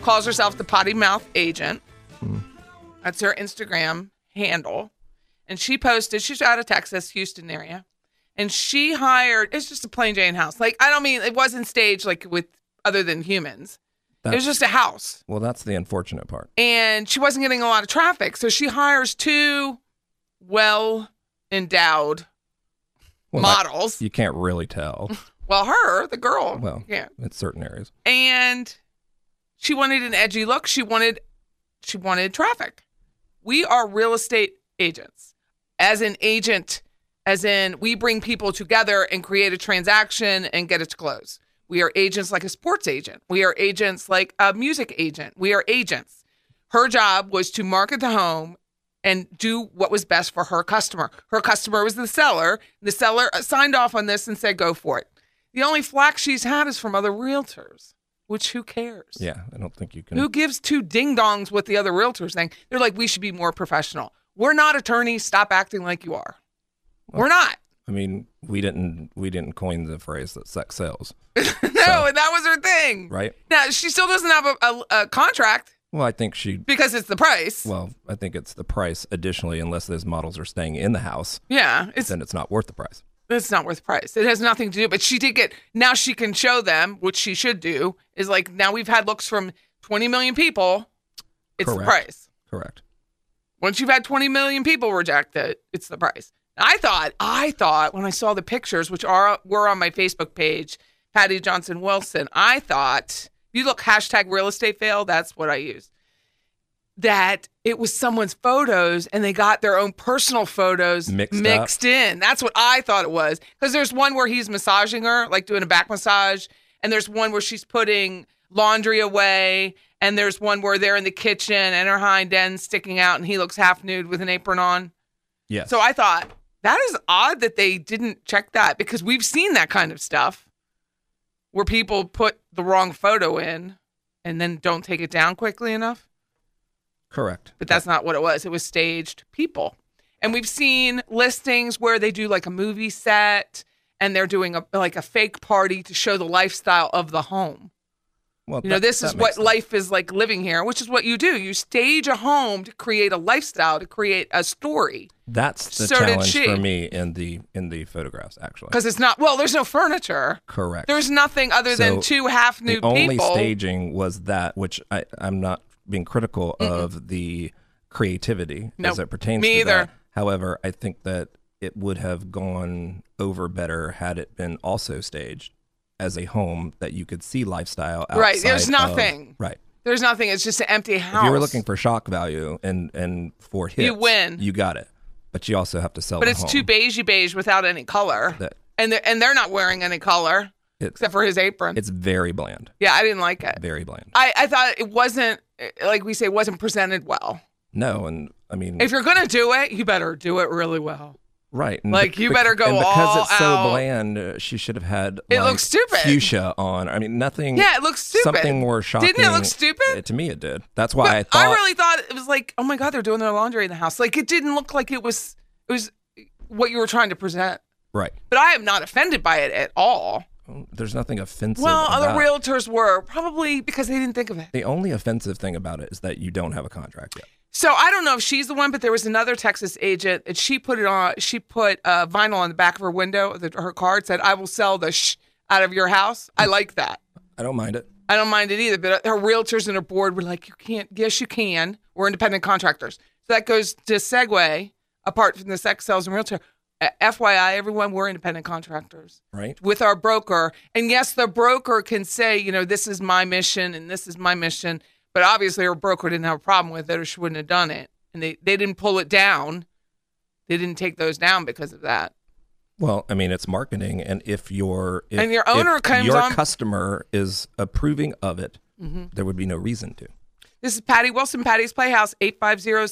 Speaker 1: calls herself the Potty Mouth Agent.
Speaker 2: Hmm.
Speaker 1: That's her Instagram handle, and she posted. She's out of Texas, Houston area, and she hired. It's just a plain Jane house. Like I don't mean it wasn't staged like with other than humans. it
Speaker 2: That's-
Speaker 1: was just a house.
Speaker 2: Well, that's the unfortunate part.
Speaker 1: and she wasn't getting a lot of traffic. So she hires two well endowed
Speaker 2: Well, that-
Speaker 1: models.
Speaker 2: you can't really tell.
Speaker 1: well, her, the girl.
Speaker 2: Well,
Speaker 1: yeah.
Speaker 2: in certain areas.
Speaker 1: And she wanted an edgy look. She wanted she wanted traffic. We are real estate agents. As an agent, as in we bring people together and create a transaction and get it to close. We are agents like a sports agent. We are agents like a music agent. We are agents. Her job was to market the home and do what was best for her customer. Her customer was the seller. The seller signed off on this and said, go for it. The only flack she's had is from other realtors, which who cares?
Speaker 2: Yeah, I don't think you can.
Speaker 1: Who gives two ding dongs what the other realtors think? They're like, we should be more professional. We're not attorneys. Stop acting like you are. We're not.
Speaker 2: I mean, we didn't we didn't coin the phrase that sex sells,
Speaker 1: no, and that was her thing.
Speaker 2: right?
Speaker 1: Now, she still doesn't have a, a, a contract
Speaker 2: Well, I think she.
Speaker 1: because it's the price.
Speaker 2: Well, I think it's the price. Additionally, unless those models are staying in the house,
Speaker 1: yeah, it's
Speaker 2: then it's not worth the price.
Speaker 1: it's not worth price. It has nothing to do. But she did get now. She can show them, which she should do. Is like now we've had looks from 20 million people. It's the
Speaker 2: Correct.
Speaker 1: price.
Speaker 2: Correct.
Speaker 1: Once you've had 20 million people reject it, it's the price. I thought, I thought when I saw the pictures, which are were on my Facebook page, Patty Johnson Wilson, I thought, you look hashtag real estate fail, that's what I use. That it was someone's photos and they got their own personal photos
Speaker 2: Mixed up.
Speaker 1: in. That's what I thought it was. Because there's one where he's massaging her, like doing a back massage, and there's one where she's putting laundry away, and there's one where they're in the kitchen and her hind end sticking out and he looks half nude with an apron on.
Speaker 2: Yes.
Speaker 1: So I thought that is odd that they didn't check that because we've seen that kind of stuff where people put the wrong photo in and then don't take it down quickly enough.
Speaker 2: Correct.
Speaker 1: But that's not what it was. It was staged people. And we've seen listings where they do like a movie set and they're doing a like a fake party to show the lifestyle of the home.
Speaker 2: Well,
Speaker 1: You know,
Speaker 2: that-
Speaker 1: this
Speaker 2: that
Speaker 1: is
Speaker 2: makes
Speaker 1: what
Speaker 2: sense.
Speaker 1: life is like living here, which is what you do. You stage a home to create a lifestyle, to create a story.
Speaker 2: That's the
Speaker 1: so did
Speaker 2: challenge
Speaker 1: she.
Speaker 2: for me in the in the photographs. Actually,
Speaker 1: Because it's not, well, there's no furniture.
Speaker 2: correct.
Speaker 1: There's nothing other than
Speaker 2: So,
Speaker 1: two half nude
Speaker 2: the only
Speaker 1: people.
Speaker 2: staging was that, which I, I'm not being critical of the creativity
Speaker 1: Nope.
Speaker 2: as it pertains
Speaker 1: Me
Speaker 2: to
Speaker 1: either.
Speaker 2: that. However, I think that it would have gone over better had it been also staged as a home that you could see lifestyle. Outside
Speaker 1: Right, there's
Speaker 2: of-
Speaker 1: nothing.
Speaker 2: right.
Speaker 1: There's nothing. It's just an empty house.
Speaker 2: If you were looking for shock value and and for hits,
Speaker 1: win.
Speaker 2: You got it, but you also have to sell.
Speaker 1: but
Speaker 2: the
Speaker 1: it's
Speaker 2: home.
Speaker 1: too beigey beige without any color.
Speaker 2: That-
Speaker 1: and they're, and they're not wearing any color
Speaker 2: It's,
Speaker 1: except for his apron.
Speaker 2: it's very bland.
Speaker 1: yeah, I didn't like it.
Speaker 2: Very bland.
Speaker 1: I, I thought it wasn't eh, like we say it wasn't presented well.
Speaker 2: No, and I mean,
Speaker 1: If you're gonna do it, you better do it really well.
Speaker 2: Right. and
Speaker 1: Like, you better go
Speaker 2: and because
Speaker 1: all
Speaker 2: it's so
Speaker 1: out.
Speaker 2: bland, uh, she should have had.
Speaker 1: It
Speaker 2: like,
Speaker 1: looks stupid.
Speaker 2: Fuchsia on. I mean, nothing.
Speaker 1: Yeah, it looks stupid.
Speaker 2: Something more shocking.
Speaker 1: Didn't it look stupid?
Speaker 2: Uh, to me, it did. That's why I
Speaker 1: But
Speaker 2: thought.
Speaker 1: really thought it was like, oh my god, they're doing their laundry in the house. Like it didn't look like it was it was what you were trying to present.
Speaker 2: right.
Speaker 1: But I am not offended by it at all.
Speaker 2: There's nothing offensive.
Speaker 1: well,
Speaker 2: about
Speaker 1: other
Speaker 2: it.
Speaker 1: realtors were probably because they didn't think of it.
Speaker 2: The only offensive thing about it is that you don't have a contract yet.
Speaker 1: So I don't know if she's the one, but there was another Texas agent, and she put it on. She put uh, vinyl on the back of her window, of the, her car. It said, "I will sell the sh out of your house."
Speaker 2: Mm.
Speaker 1: I like that.
Speaker 2: I don't mind it.
Speaker 1: I don't mind it either. But uh, her realtors and her board were like, "You can't." Yes, you can. We're independent contractors. So that goes to segue. Apart from the sex sales and realtor, uh, FYI, everyone, we're independent contractors
Speaker 2: Right.
Speaker 1: with our broker. And yes, the broker can say, you know, this is my mission and this is my mission. But obviously, her broker didn't have a problem with it or she wouldn't have done it. And they, they didn't pull it down. They didn't take those down because of that.
Speaker 2: Well, I mean, it's marketing, and if your if,
Speaker 1: And your owner
Speaker 2: if
Speaker 1: comes
Speaker 2: your
Speaker 1: on- Mm-hmm.
Speaker 2: customer is approving of it, there would be no reason to.
Speaker 1: This is Patty Wilson, Patty's Playhouse, 850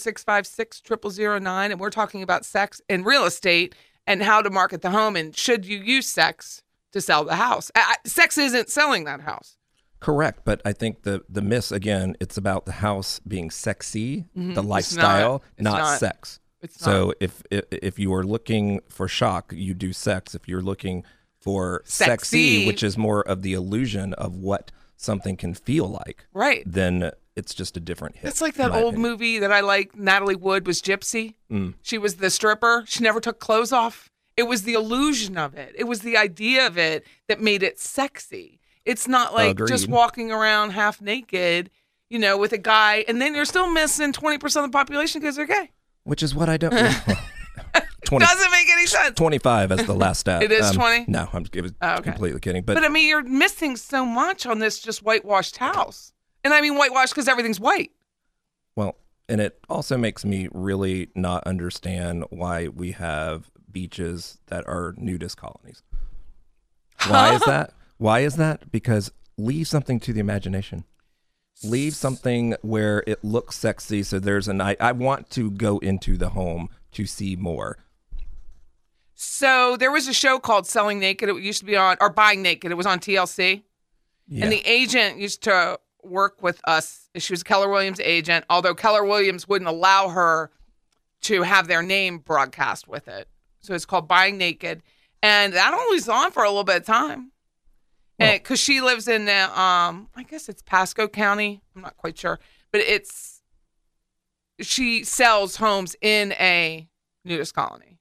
Speaker 1: 656 0009. And we're talking about sex and real estate and how to market the home and should you use sex to sell the house. I, I- sex isn't selling that house.
Speaker 2: Correct, but I think the the miss again. It's about the house being sexy, the lifestyle,
Speaker 1: Mm-hmm. it's
Speaker 2: not,
Speaker 1: not.
Speaker 2: sex.
Speaker 1: It's
Speaker 2: so if, if if you are looking for shock, you do sex. If you're looking for sexy,
Speaker 1: Sexy.
Speaker 2: which is more of the illusion of what something can feel like,
Speaker 1: Right.
Speaker 2: then it's just a different hit.
Speaker 1: It's like
Speaker 2: in
Speaker 1: that
Speaker 2: my
Speaker 1: old
Speaker 2: opinion. Mm.
Speaker 1: movie that I like. Natalie Wood was Gypsy. She was the stripper. She never took clothes off. It was the illusion of it. It was the idea of it that made it sexy. It's not like just
Speaker 2: Agreed.
Speaker 1: walking around half naked, you know, with a guy, and then you're still missing 20% of the population because they're gay.
Speaker 2: which is what I don't. well, 20,
Speaker 1: Doesn't make any sense.
Speaker 2: 25 as the last stat. Um,
Speaker 1: It is 20?
Speaker 2: No, I'm it was
Speaker 1: Oh, okay.
Speaker 2: completely kidding. But,
Speaker 1: But, I mean, you're missing so much on this just whitewashed house. And I mean whitewashed because everything's white.
Speaker 2: well, and it also makes me really not understand why we have beaches that are nudist colonies. Why is that? Why is that? Because leave something to the imagination. Leave something where it looks sexy. So there's an I, I want to go into the home to see more.
Speaker 1: So there was a show called Selling Naked. It used to be on, or Buying Naked. It was on TLC.
Speaker 2: Yeah.
Speaker 1: And the agent used to work with us. She was Keller Williams' agent, although Keller Williams wouldn't allow her to have their name broadcast with it. So it's called Buying Naked. And that only was on for a little bit of time. Because she lives in, uh, um, I guess it's Pasco County. I'm not quite sure. But it's, she sells homes in a nudist colony.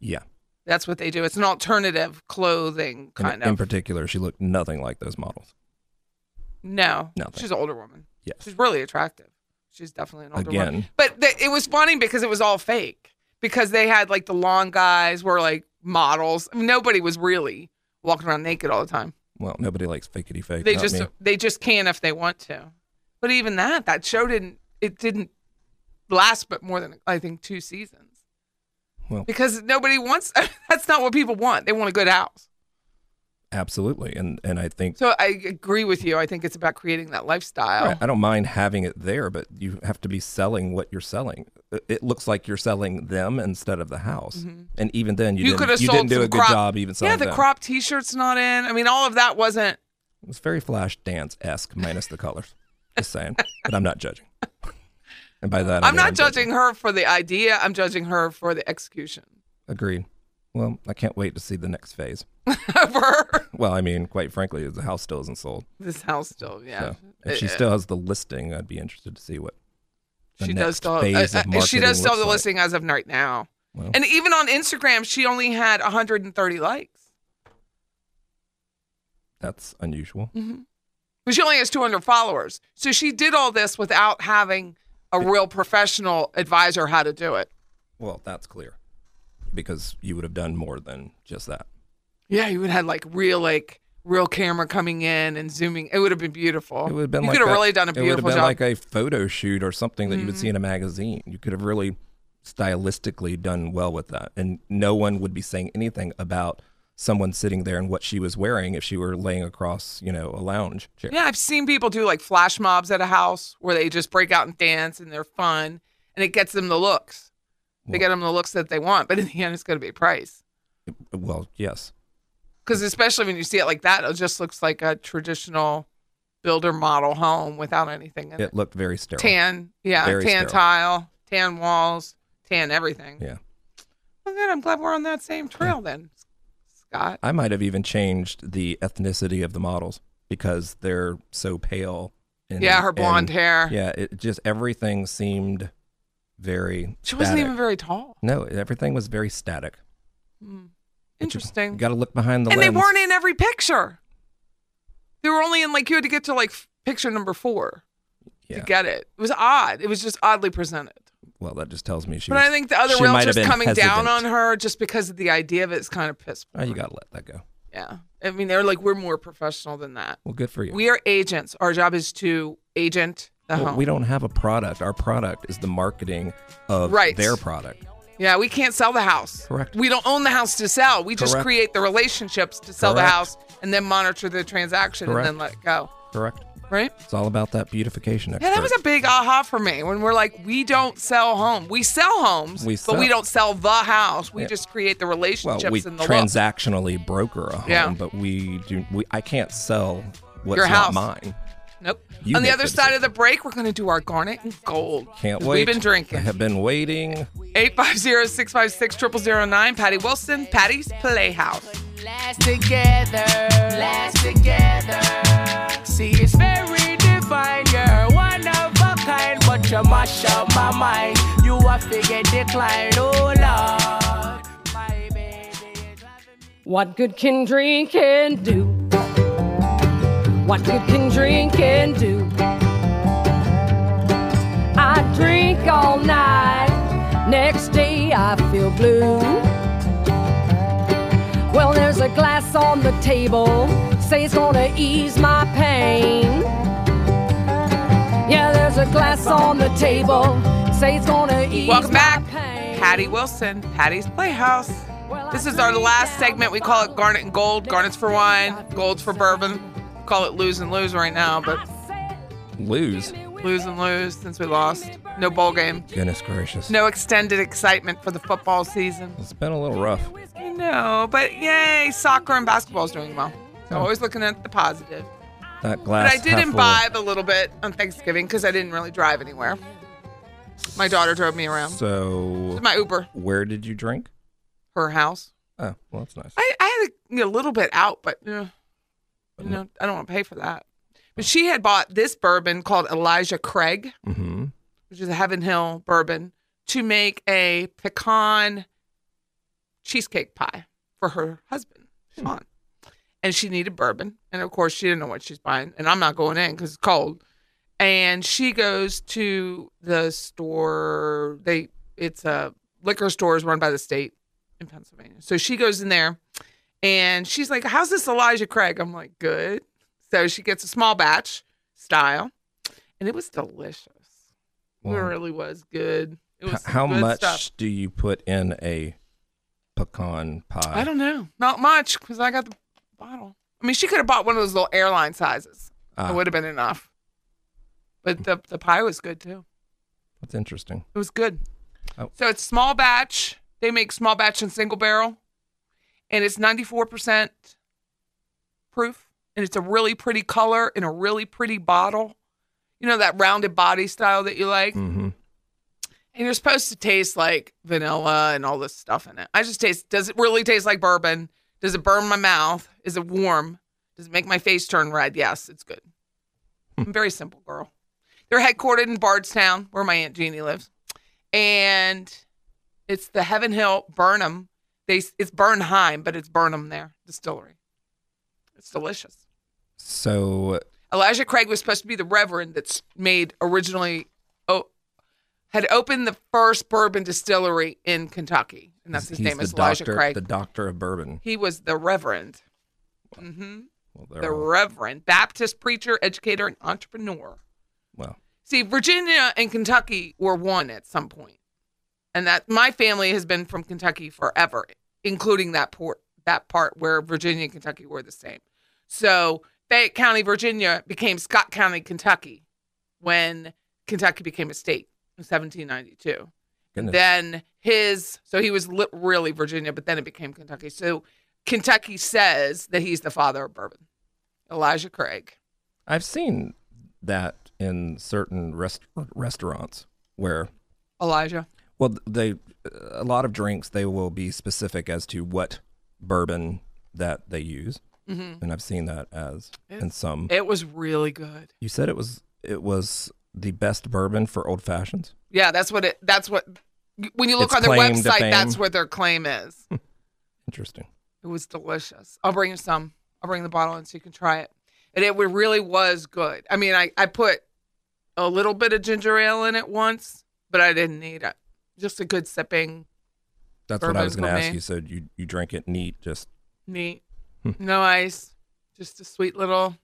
Speaker 2: yeah.
Speaker 1: That's what they do. It's an alternative clothing
Speaker 2: In,
Speaker 1: kind
Speaker 2: in
Speaker 1: of.
Speaker 2: particular, she looked nothing like those models.
Speaker 1: no,
Speaker 2: No, thank
Speaker 1: she's an older woman.
Speaker 2: Yes.
Speaker 1: she's really attractive. She's definitely an older woman.
Speaker 2: Again.
Speaker 1: But th- it was funny because it was all fake. Because they had like the long guys were like models. I mean, nobody was really walking around naked all the time.
Speaker 2: Well, nobody likes fakety fake.
Speaker 1: They
Speaker 2: not
Speaker 1: just
Speaker 2: me.
Speaker 1: they just can if they want to. But even that, that show didn't it didn't last but more than I think two seasons.
Speaker 2: Well-
Speaker 1: because nobody wants that's not what people want. They want a good house.
Speaker 2: absolutely, and and I think
Speaker 1: So I agree with you. I think it's about creating that lifestyle.
Speaker 2: I, I don't mind having it there, but you have to be selling what you're selling. It- It looks like you're selling them instead of the house, and even then, you,
Speaker 1: Mm-hmm. You could
Speaker 2: didn't,
Speaker 1: have
Speaker 2: you
Speaker 1: sold
Speaker 2: didn't do
Speaker 1: some
Speaker 2: a good
Speaker 1: crop-
Speaker 2: job even selling
Speaker 1: yeah, the
Speaker 2: them.
Speaker 1: crop T-shirt's not in. I mean, all of that wasn't.
Speaker 2: It was very flash dance esque, minus the colors. Just saying, but I'm not judging. And by that, I
Speaker 1: I'm
Speaker 2: mean
Speaker 1: not judging her for the idea. I'm judging her for the execution.
Speaker 2: Agreed. Well, I can't wait to see the next phase.
Speaker 1: Of her,
Speaker 2: Well, I mean, quite frankly, the house still isn't sold.
Speaker 1: this house still, yeah.
Speaker 2: So if she
Speaker 1: Uh,
Speaker 2: still has the listing, I'd be interested to see what the
Speaker 1: she does
Speaker 2: next
Speaker 1: still.
Speaker 2: phase
Speaker 1: uh,
Speaker 2: of
Speaker 1: uh, she
Speaker 2: marketing
Speaker 1: does still have the
Speaker 2: looks like.
Speaker 1: listing as of right now.
Speaker 2: Well.
Speaker 1: And even on Instagram, she only had 130 likes.
Speaker 2: That's unusual.
Speaker 1: Mm-hmm. But she only has 200 followers. So she did all this without having a real professional advisor how to do it.
Speaker 2: Well, that's clear because you would have done more than just that.
Speaker 1: Yeah, you would have had like real like real camera coming in and zooming. It would have been beautiful.
Speaker 2: It would have been
Speaker 1: Oh, you
Speaker 2: like
Speaker 1: could
Speaker 2: that-
Speaker 1: have really done a
Speaker 2: It would have
Speaker 1: beautiful
Speaker 2: been
Speaker 1: job. Mm-hmm.
Speaker 2: like a photo shoot or something that you would see in a magazine. You could have really stylistically done well with that, and no one would be saying anything about someone sitting there and what she was wearing if she were laying across, you know, a lounge chair.
Speaker 1: yeah, I've seen people do like flash mobs at a house where they just break out and dance and they're fun and it gets them the looks. They
Speaker 2: Well-
Speaker 1: get them the looks that they want, but in the end, it's going to be price.
Speaker 2: Well, yes,
Speaker 1: Because especially when you see it like that, it just looks like a traditional builder model home without anything in it.
Speaker 2: it looked very sterile.
Speaker 1: Tan, yeah,
Speaker 2: Very
Speaker 1: tan
Speaker 2: sterile.
Speaker 1: tile, tan walls, tan everything.
Speaker 2: Yeah.
Speaker 1: Well, good. I'm glad we're on that same trail then, Scott.
Speaker 2: I might have even changed the ethnicity of the models because they're so pale. And,
Speaker 1: Yeah, her blonde
Speaker 2: and-
Speaker 1: hair.
Speaker 2: Yeah, it just everything seemed very.
Speaker 1: She wasn't
Speaker 2: static.
Speaker 1: even very tall.
Speaker 2: No, everything was very static.
Speaker 1: Interesting.
Speaker 2: You got to look behind the
Speaker 1: and they
Speaker 2: lens.
Speaker 1: weren't in every picture. They were only in like you had to get to like f- picture number four
Speaker 2: Yeah.
Speaker 1: to get it. It was odd. It was just oddly presented.
Speaker 2: Well, that just tells me she.
Speaker 1: but
Speaker 2: was,
Speaker 1: I think the other
Speaker 2: she might have
Speaker 1: realtors
Speaker 2: been
Speaker 1: coming down
Speaker 2: hesitant.
Speaker 1: on her just because of the idea of it's kind of piss
Speaker 2: Oh,
Speaker 1: poor.
Speaker 2: you got to let that go.
Speaker 1: yeah. I mean, they're like we're more professional than that.
Speaker 2: Well, good for you.
Speaker 1: We are agents. Our job is to agent the
Speaker 2: Well,
Speaker 1: home.
Speaker 2: we don't have a product. Our product is the marketing of
Speaker 1: Right.
Speaker 2: their product.
Speaker 1: Yeah, we can't sell the house.
Speaker 2: Correct.
Speaker 1: We don't own the house to sell. We just
Speaker 2: Correct.
Speaker 1: create the relationships to sell
Speaker 2: Correct.
Speaker 1: the house and then monitor the transaction
Speaker 2: Correct.
Speaker 1: and then let it go.
Speaker 2: Correct.
Speaker 1: Right?
Speaker 2: It's all about that beautification. Expert.
Speaker 1: Yeah, that was a big aha for me when we're like, we don't sell home. We sell homes,
Speaker 2: We
Speaker 1: but we
Speaker 2: sell.
Speaker 1: don't sell the house. We
Speaker 2: Yeah.
Speaker 1: just create the
Speaker 2: well,
Speaker 1: relationships
Speaker 2: we
Speaker 1: and the look.
Speaker 2: transactionally broker a home,
Speaker 1: Yeah.
Speaker 2: but we do. We I can't sell what's
Speaker 1: Your house.
Speaker 2: not mine.
Speaker 1: Nope.
Speaker 2: You
Speaker 1: On the
Speaker 2: make
Speaker 1: other
Speaker 2: the
Speaker 1: side
Speaker 2: decision.
Speaker 1: of the break, we're going to do our garnet and gold.
Speaker 2: Can't
Speaker 1: 'Cause
Speaker 2: wait.
Speaker 1: We've been
Speaker 2: I
Speaker 1: drinking.
Speaker 2: have been waiting.
Speaker 1: 850 656 0009. Patty Wilson, Patty's Playhouse.
Speaker 7: Last together, last together. See, it's very divine. You're one of a kind, but you mash up my mind. You a figure decline, oh Lord, my baby.
Speaker 8: What good can drinking do? What good can drinking do? I drink all night, next day I feel blue. Well, there's a glass on the table, say it's gonna ease my pain. Yeah, there's a glass on the table, say it's gonna ease
Speaker 1: Welcome
Speaker 8: my
Speaker 1: back,
Speaker 8: pain.
Speaker 1: Patty Wilson, Patty's Playhouse. This is our last segment. We call it Garnet and Gold. Garnet's for wine, Gold's for bourbon. Call it lose and lose right now, but
Speaker 2: Lose.
Speaker 1: lose and lose since we lost. No bowl game,
Speaker 2: Goodness gracious.
Speaker 1: no extended excitement for the football season.
Speaker 2: It's been a little rough.
Speaker 1: I know, but yay, soccer and basketball's doing well. So always looking at the positive.
Speaker 2: That
Speaker 1: But
Speaker 2: glass.
Speaker 1: I did
Speaker 2: half full.
Speaker 1: imbibe a little bit on Thanksgiving because I didn't really drive anywhere. My daughter drove me around.
Speaker 2: So,
Speaker 1: My Uber,
Speaker 2: where did you drink?
Speaker 1: her house.
Speaker 2: Oh, well, that's nice.
Speaker 1: I, I had a, a little bit out, but uh, you know, I don't want to pay for that. But she had bought this bourbon called Elijah Craig,
Speaker 2: Mm-hmm.
Speaker 1: which is a Heaven Hill bourbon, to make a pecan cheesecake pie for her husband, Sean. And she needed bourbon. And of course, she didn't know what she's buying. And I'm not going in because it's cold. And she goes to the store. They It's a liquor store is run by the state in Pennsylvania. So she goes in there and she's like, How's this Elijah Craig? I'm like, Good. So she gets a small batch style, and it was delicious.
Speaker 2: Wow.
Speaker 1: It really was good. It was
Speaker 2: H- how
Speaker 1: good
Speaker 2: much
Speaker 1: stuff.
Speaker 2: do you put in a pecan pie?
Speaker 1: I don't know. Not much because I got the bottle. I mean, she could have bought one of those little airline sizes.
Speaker 2: Ah.
Speaker 1: It would have been enough. But the, the pie was good too.
Speaker 2: That's interesting.
Speaker 1: It was good.
Speaker 2: Oh.
Speaker 1: So it's small batch. They make small batch and single barrel, and it's 94% proof. And it's a really pretty color in a really pretty bottle. You know, that rounded body style that you like.
Speaker 2: Mm-hmm.
Speaker 1: And you're supposed to taste like vanilla and all this stuff in it. I just taste, does it really taste like bourbon? Does it burn my mouth? Is it warm? Does it make my face turn red? Yes, it's good. I'm a very simple girl. They're headquartered in Bardstown, where my Aunt Jeannie lives. And it's the Heaven Hill Burnham. They It's Bernheim, but it's Burnham there, distillery. It's delicious.
Speaker 2: So,
Speaker 1: Elijah Craig was supposed to be the reverend that's made originally, oh, had opened the first bourbon distillery in Kentucky, and that's his
Speaker 2: he's
Speaker 1: name
Speaker 2: the
Speaker 1: is Elijah
Speaker 2: doctor,
Speaker 1: Craig.
Speaker 2: the doctor of bourbon.
Speaker 1: he was the reverend, hmm
Speaker 2: Well,
Speaker 1: the
Speaker 2: they're all-
Speaker 1: reverend Baptist preacher, educator, and entrepreneur.
Speaker 2: well,
Speaker 1: See, Virginia and Kentucky were one at some point, and that my family has been from Kentucky forever, including that port, that part where Virginia and Kentucky were the same. So Fayette County, Virginia, became Scott County, Kentucky, when Kentucky became a state in 1792.
Speaker 2: goodness.
Speaker 1: Then his, so he was li- really Virginia, but then it became Kentucky. So Kentucky says that he's the father of bourbon, Elijah Craig.
Speaker 2: I've seen that in certain rest- restaurants where
Speaker 1: Elijah.
Speaker 2: Well, they a lot of drinks they will be specific as to what bourbon that they use, and I've seen that as in some.
Speaker 1: Mm-hmm. It was really good.
Speaker 2: you said it was it was the best bourbon for old fashions.
Speaker 1: Yeah, that's what it. That's what when you look
Speaker 2: It's
Speaker 1: on their
Speaker 2: claim to
Speaker 1: website,
Speaker 2: fame.
Speaker 1: that's where their claim is.
Speaker 2: Interesting.
Speaker 1: it was delicious. I'll bring you some. I'll bring the bottle in so you can try it. And it wa- really was good. I mean, I I put a little bit of ginger ale in it once, but I didn't need it. Just a good sipping.
Speaker 2: That's what I was
Speaker 1: Bourbon
Speaker 2: going to
Speaker 1: for
Speaker 2: ask
Speaker 1: me.
Speaker 2: you. So you you drink it neat. Just
Speaker 1: Neat.
Speaker 2: Hmm.
Speaker 1: No ice. Just a sweet little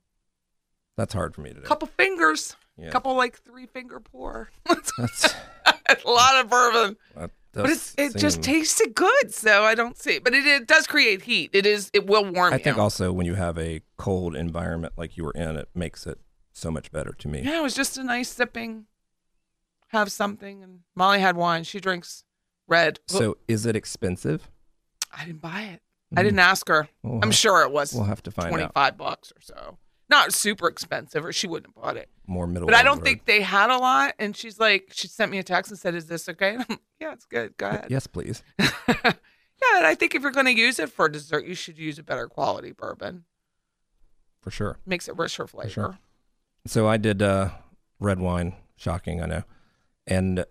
Speaker 2: that's hard for me to do.
Speaker 1: couple fingers.
Speaker 2: Yeah.
Speaker 1: Couple like three finger pour.
Speaker 2: That's,
Speaker 1: a lot of bourbon.
Speaker 2: that
Speaker 1: But
Speaker 2: does
Speaker 1: it's, it just
Speaker 2: seem-
Speaker 1: tasted good, so I don't see. But it, it does create heat. It is. It will warm.
Speaker 2: I think
Speaker 1: you.
Speaker 2: also when you have a cold environment like you were in, it makes it so much better to me.
Speaker 1: Yeah, it was just a nice sipping. Have something, and Molly had wine. She drinks red.
Speaker 2: So is it expensive?
Speaker 1: I didn't buy it. I didn't ask her.
Speaker 2: We'll
Speaker 1: I'm
Speaker 2: have-
Speaker 1: sure it was
Speaker 2: We'll have to find out
Speaker 1: twenty-five bucks or so. Not super expensive, or she wouldn't have bought it.
Speaker 2: more middle.
Speaker 1: But I
Speaker 2: of the
Speaker 1: don't
Speaker 2: road.
Speaker 1: think they had a lot. And she's like, she sent me a text and said, "Is this okay?" And I'm like, yeah, it's good. Go ahead.
Speaker 2: Yes, please.
Speaker 1: yeah, and I think if you're going to use it for dessert, you should use a better quality bourbon.
Speaker 2: For sure.
Speaker 1: Makes it richer flavor.
Speaker 2: sure. So I did uh, red wine, shocking, I know, and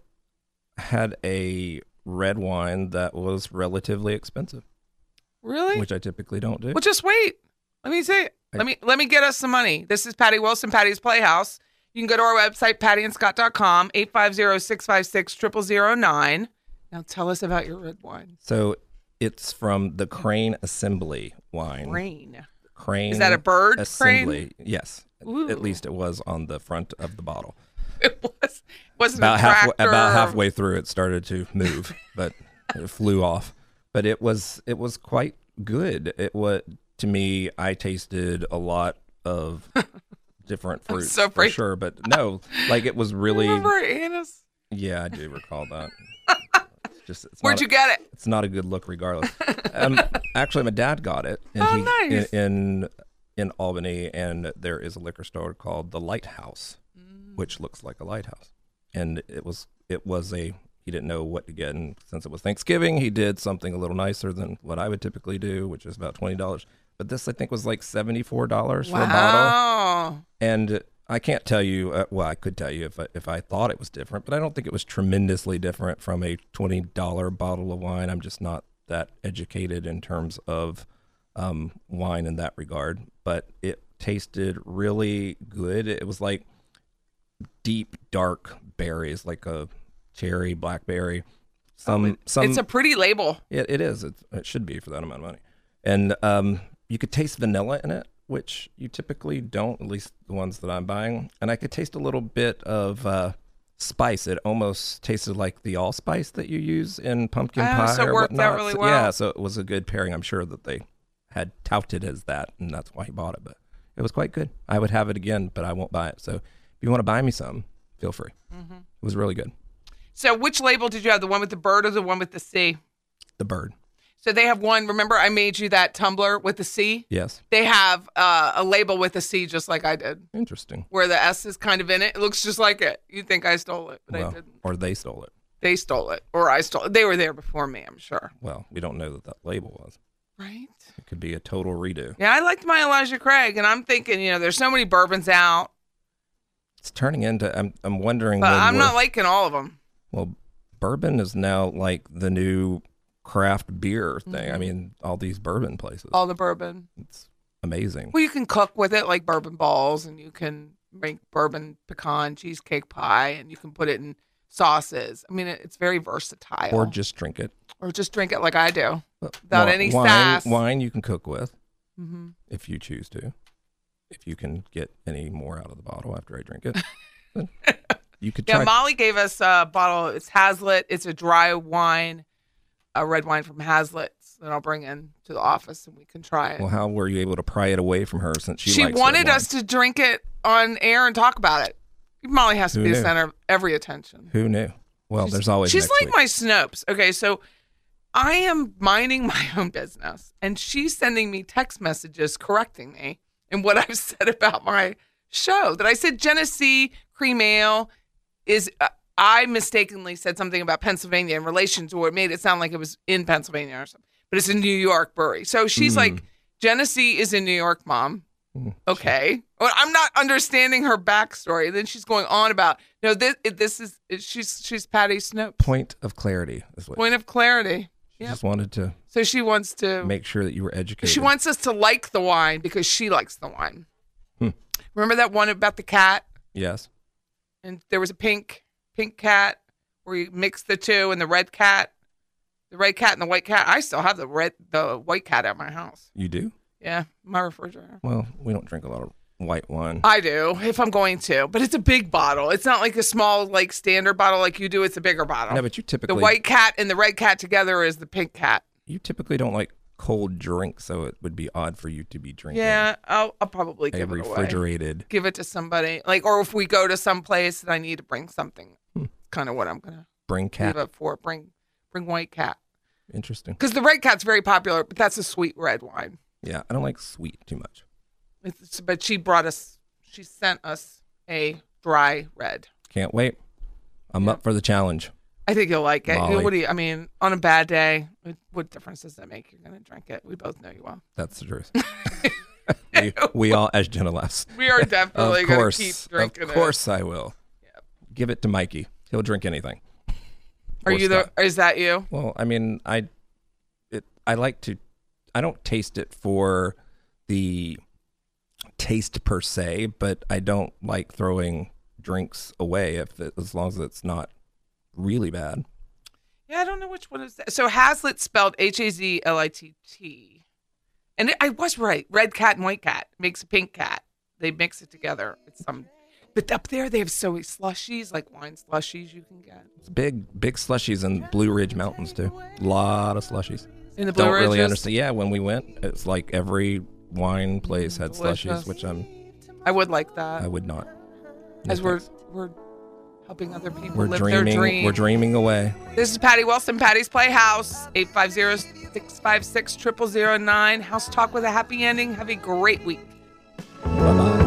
Speaker 2: had a red wine that was relatively expensive.
Speaker 1: Really?
Speaker 2: which I typically don't do.
Speaker 1: Well, just wait. Let me see. Let me let me get us some money. This is Patty Wilson, Patty's Playhouse. You can go to our website, pattyandscott.com, 850-656-0009. Now tell us about your red wine.
Speaker 2: so it's from the Crane Assembly wine.
Speaker 1: Rain.
Speaker 2: Crane.
Speaker 1: Is that a bird, crane?
Speaker 2: Assembly. Yes.
Speaker 1: Ooh.
Speaker 2: At least it was on the front of the bottle.
Speaker 1: It was wasn't
Speaker 2: about
Speaker 1: a
Speaker 2: halfway,
Speaker 1: tractor.
Speaker 2: about halfway through it started to move but it flew off but it was it was quite good it was to me i tasted a lot of different fruits
Speaker 1: so
Speaker 2: for
Speaker 1: afraid.
Speaker 2: sure but no like it was really
Speaker 1: Remember Anna's?
Speaker 2: yeah i do recall that It's just it's
Speaker 1: Where'd
Speaker 2: not
Speaker 1: you
Speaker 2: a,
Speaker 1: get it?
Speaker 2: it's not a good look regardless um, actually my dad got it and
Speaker 1: Oh,
Speaker 2: he,
Speaker 1: nice.
Speaker 2: in, in in albany and there is a liquor store called the lighthouse
Speaker 1: Mm.
Speaker 2: which looks like a lighthouse and it was it was a he didn't know what to get and since it was thanksgiving he did something a little nicer than what i would typically do which is about $20 but this i think was like $74 for a bottle
Speaker 1: Wow.
Speaker 2: and I can't tell you. Uh, well, I could tell you if I, if I thought it was different, but I don't think it was tremendously different from a twenty dollar bottle of wine. I'm just not that educated in terms of um, wine in that regard. But it tasted really good. It was like deep dark berries, like a cherry, blackberry. Some some
Speaker 1: Oh, it's a pretty label.
Speaker 2: it, it is. It, it should be for that amount of money. And um, you could taste vanilla in it, which you typically don't, at least the ones that I'm buying. And I could taste a little bit of uh, spice. It almost tasted like the allspice that you use in pumpkin
Speaker 1: Oh,
Speaker 2: pie
Speaker 1: so it
Speaker 2: or
Speaker 1: worked out
Speaker 2: whatnot.
Speaker 1: really
Speaker 2: So-
Speaker 1: well.
Speaker 2: Yeah, so it was a good pairing. I'm sure that they had touted as that, and that's why he bought it. But it was quite good. I would have it again, but I won't buy it. So if you want to buy me some, feel free.
Speaker 1: Mm-hmm.
Speaker 2: It was really good.
Speaker 1: So which label did you have? The one with the bird or the one with the C?
Speaker 2: The bird.
Speaker 1: So they have one. Remember, I made you that tumbler with the C.
Speaker 2: Yes.
Speaker 1: They have uh, a label with a C, just like I did,
Speaker 2: Interesting.
Speaker 1: where the S is kind of in it. It looks just like it. You think I stole it, but I
Speaker 2: Well,
Speaker 1: didn't.
Speaker 2: or they stole it.
Speaker 1: They stole it, or I stole it. They were there before me, I'm sure.
Speaker 2: well, we don't know that that label was.
Speaker 1: Right?
Speaker 2: It could be a total redo.
Speaker 1: Yeah, I liked my Elijah Craig, and I'm thinking, you know, there's so many bourbons out,
Speaker 2: It's turning into. I'm I'm wondering.
Speaker 1: but
Speaker 2: when
Speaker 1: I'm
Speaker 2: we're-
Speaker 1: not liking all of them.
Speaker 2: Well, bourbon is now like the new craft beer thing. I mean, all these bourbon places.
Speaker 1: Mm-hmm. All the bourbon.
Speaker 2: It's amazing.
Speaker 1: Well, you can cook with it like bourbon balls, and you can make bourbon pecan cheesecake pie, and you can put it in sauces. I mean, it- it's very versatile.
Speaker 2: or just drink it.
Speaker 1: or just drink it like I do.
Speaker 2: But
Speaker 1: Without
Speaker 2: wi-
Speaker 1: any
Speaker 2: wine,
Speaker 1: sass.
Speaker 2: Wine you can cook with
Speaker 1: Mhm.
Speaker 2: if you choose to. If you can get any more out of the bottle after I drink it, then you could
Speaker 1: Yeah,
Speaker 2: try.
Speaker 1: Molly gave us a bottle. It's Hazlitt. It's a dry wine, a red wine from Hazlitt's that I'll bring in to the office and we can try it.
Speaker 2: well, how were you able to pry it away from her since she
Speaker 1: she
Speaker 2: likes red
Speaker 1: wanted
Speaker 2: wine?
Speaker 1: us to drink it on air and talk about it. Molly has to
Speaker 2: Who
Speaker 1: be the
Speaker 2: knew?
Speaker 1: center of every attention.
Speaker 2: Who knew? Well, there's always.
Speaker 1: She's
Speaker 2: next
Speaker 1: like
Speaker 2: week.
Speaker 1: my Snopes. Okay, so I am minding my own business, and she's sending me text messages correcting me in what I've said about my show. That I said Genesee cream ale is. Uh, I mistakenly said something about Pennsylvania in relation to what made it sound like it was in Pennsylvania or something, but it's a New York brewery. So she's
Speaker 2: Mm.
Speaker 1: like, Genesee is in New York, mom. Okay. Well, I'm not understanding her backstory. Then she's going on about no, this this is she's she's Patty Snopes.
Speaker 2: point of clarity is what
Speaker 1: Point of clarity.
Speaker 2: She
Speaker 1: Yep.
Speaker 2: just wanted to
Speaker 1: So she wants to
Speaker 2: make sure that you were educated.
Speaker 1: she wants us to like the wine because she likes the wine.
Speaker 2: Hmm.
Speaker 1: Remember that one about the cat
Speaker 2: Yes.
Speaker 1: and there was a pink pink cat where you mix the two and the red cat, the red cat and the white cat. I still have the red the white cat at my house.
Speaker 2: You do?
Speaker 1: Yeah, my refrigerator.
Speaker 2: Well, we don't drink a lot of white wine.
Speaker 1: I do if I'm going to, but it's a big bottle. It's not like a small like standard bottle like you do. It's a bigger bottle.
Speaker 2: no, but you
Speaker 1: Uh, the
Speaker 2: typically
Speaker 1: white cat and the red cat together is the pink cat.
Speaker 2: you typically don't like cold drinks, so it would be odd for you to be drinking
Speaker 1: Yeah, I'll, I'll probably
Speaker 2: a
Speaker 1: give it away.
Speaker 2: refrigerated.
Speaker 1: Give it to somebody, like, or if we go to some place and I need to bring something, kind of what I'm gonna
Speaker 2: Bring Hmm. cat.
Speaker 1: leave it for. Bring, bring white cat
Speaker 2: Interesting.
Speaker 1: because the red cat's very popular, but that's a sweet red wine.
Speaker 2: Yeah, I don't like sweet too much.
Speaker 1: It's, but she brought us, she sent us a dry red.
Speaker 2: Can't wait. I'm up for the challenge.
Speaker 1: I think you'll like it.
Speaker 2: Molly.
Speaker 1: What do you? I mean, on a bad day, what- what difference does that make? You're gonna drink it. We both know you will.
Speaker 2: That's the truth. we, we all as Geneless.
Speaker 1: We are definitely
Speaker 2: of
Speaker 1: gonna
Speaker 2: course.
Speaker 1: keep drinking.
Speaker 2: of course I will. Give it to Mikey. He'll drink anything.
Speaker 1: it. Are
Speaker 2: Or
Speaker 1: you the?
Speaker 2: Scott.
Speaker 1: Is that you?
Speaker 2: Well, I mean, I it I like to I don't taste it for the taste per se, but I don't like throwing drinks away if it, as long as it's not really bad.
Speaker 1: Yeah, I don't know which one is that. So Hazlitt spelled H A Z L I T T. And I was right. Red cat and white cat makes a pink cat. They mix it together. It's some but up there they have so many slushies, like wine slushies you can get.
Speaker 2: It's big, big slushies in Blue Ridge Mountains too. A lot of slushies.
Speaker 1: In the Blue
Speaker 2: Don't really
Speaker 1: Ridges?
Speaker 2: understand. Yeah, when we went, it's like every wine place had
Speaker 1: Delicious.
Speaker 2: slushies, which I'm
Speaker 1: I would like that.
Speaker 2: I would not.
Speaker 1: as we're we're helping other people
Speaker 2: We're
Speaker 1: live
Speaker 2: dreaming.
Speaker 1: their dream.
Speaker 2: We're dreaming away.
Speaker 1: This is Patty Wilson, Patty's Playhouse, 850-656-0009. House Talk with a Happy Ending. Have a great week.
Speaker 2: Bye bye.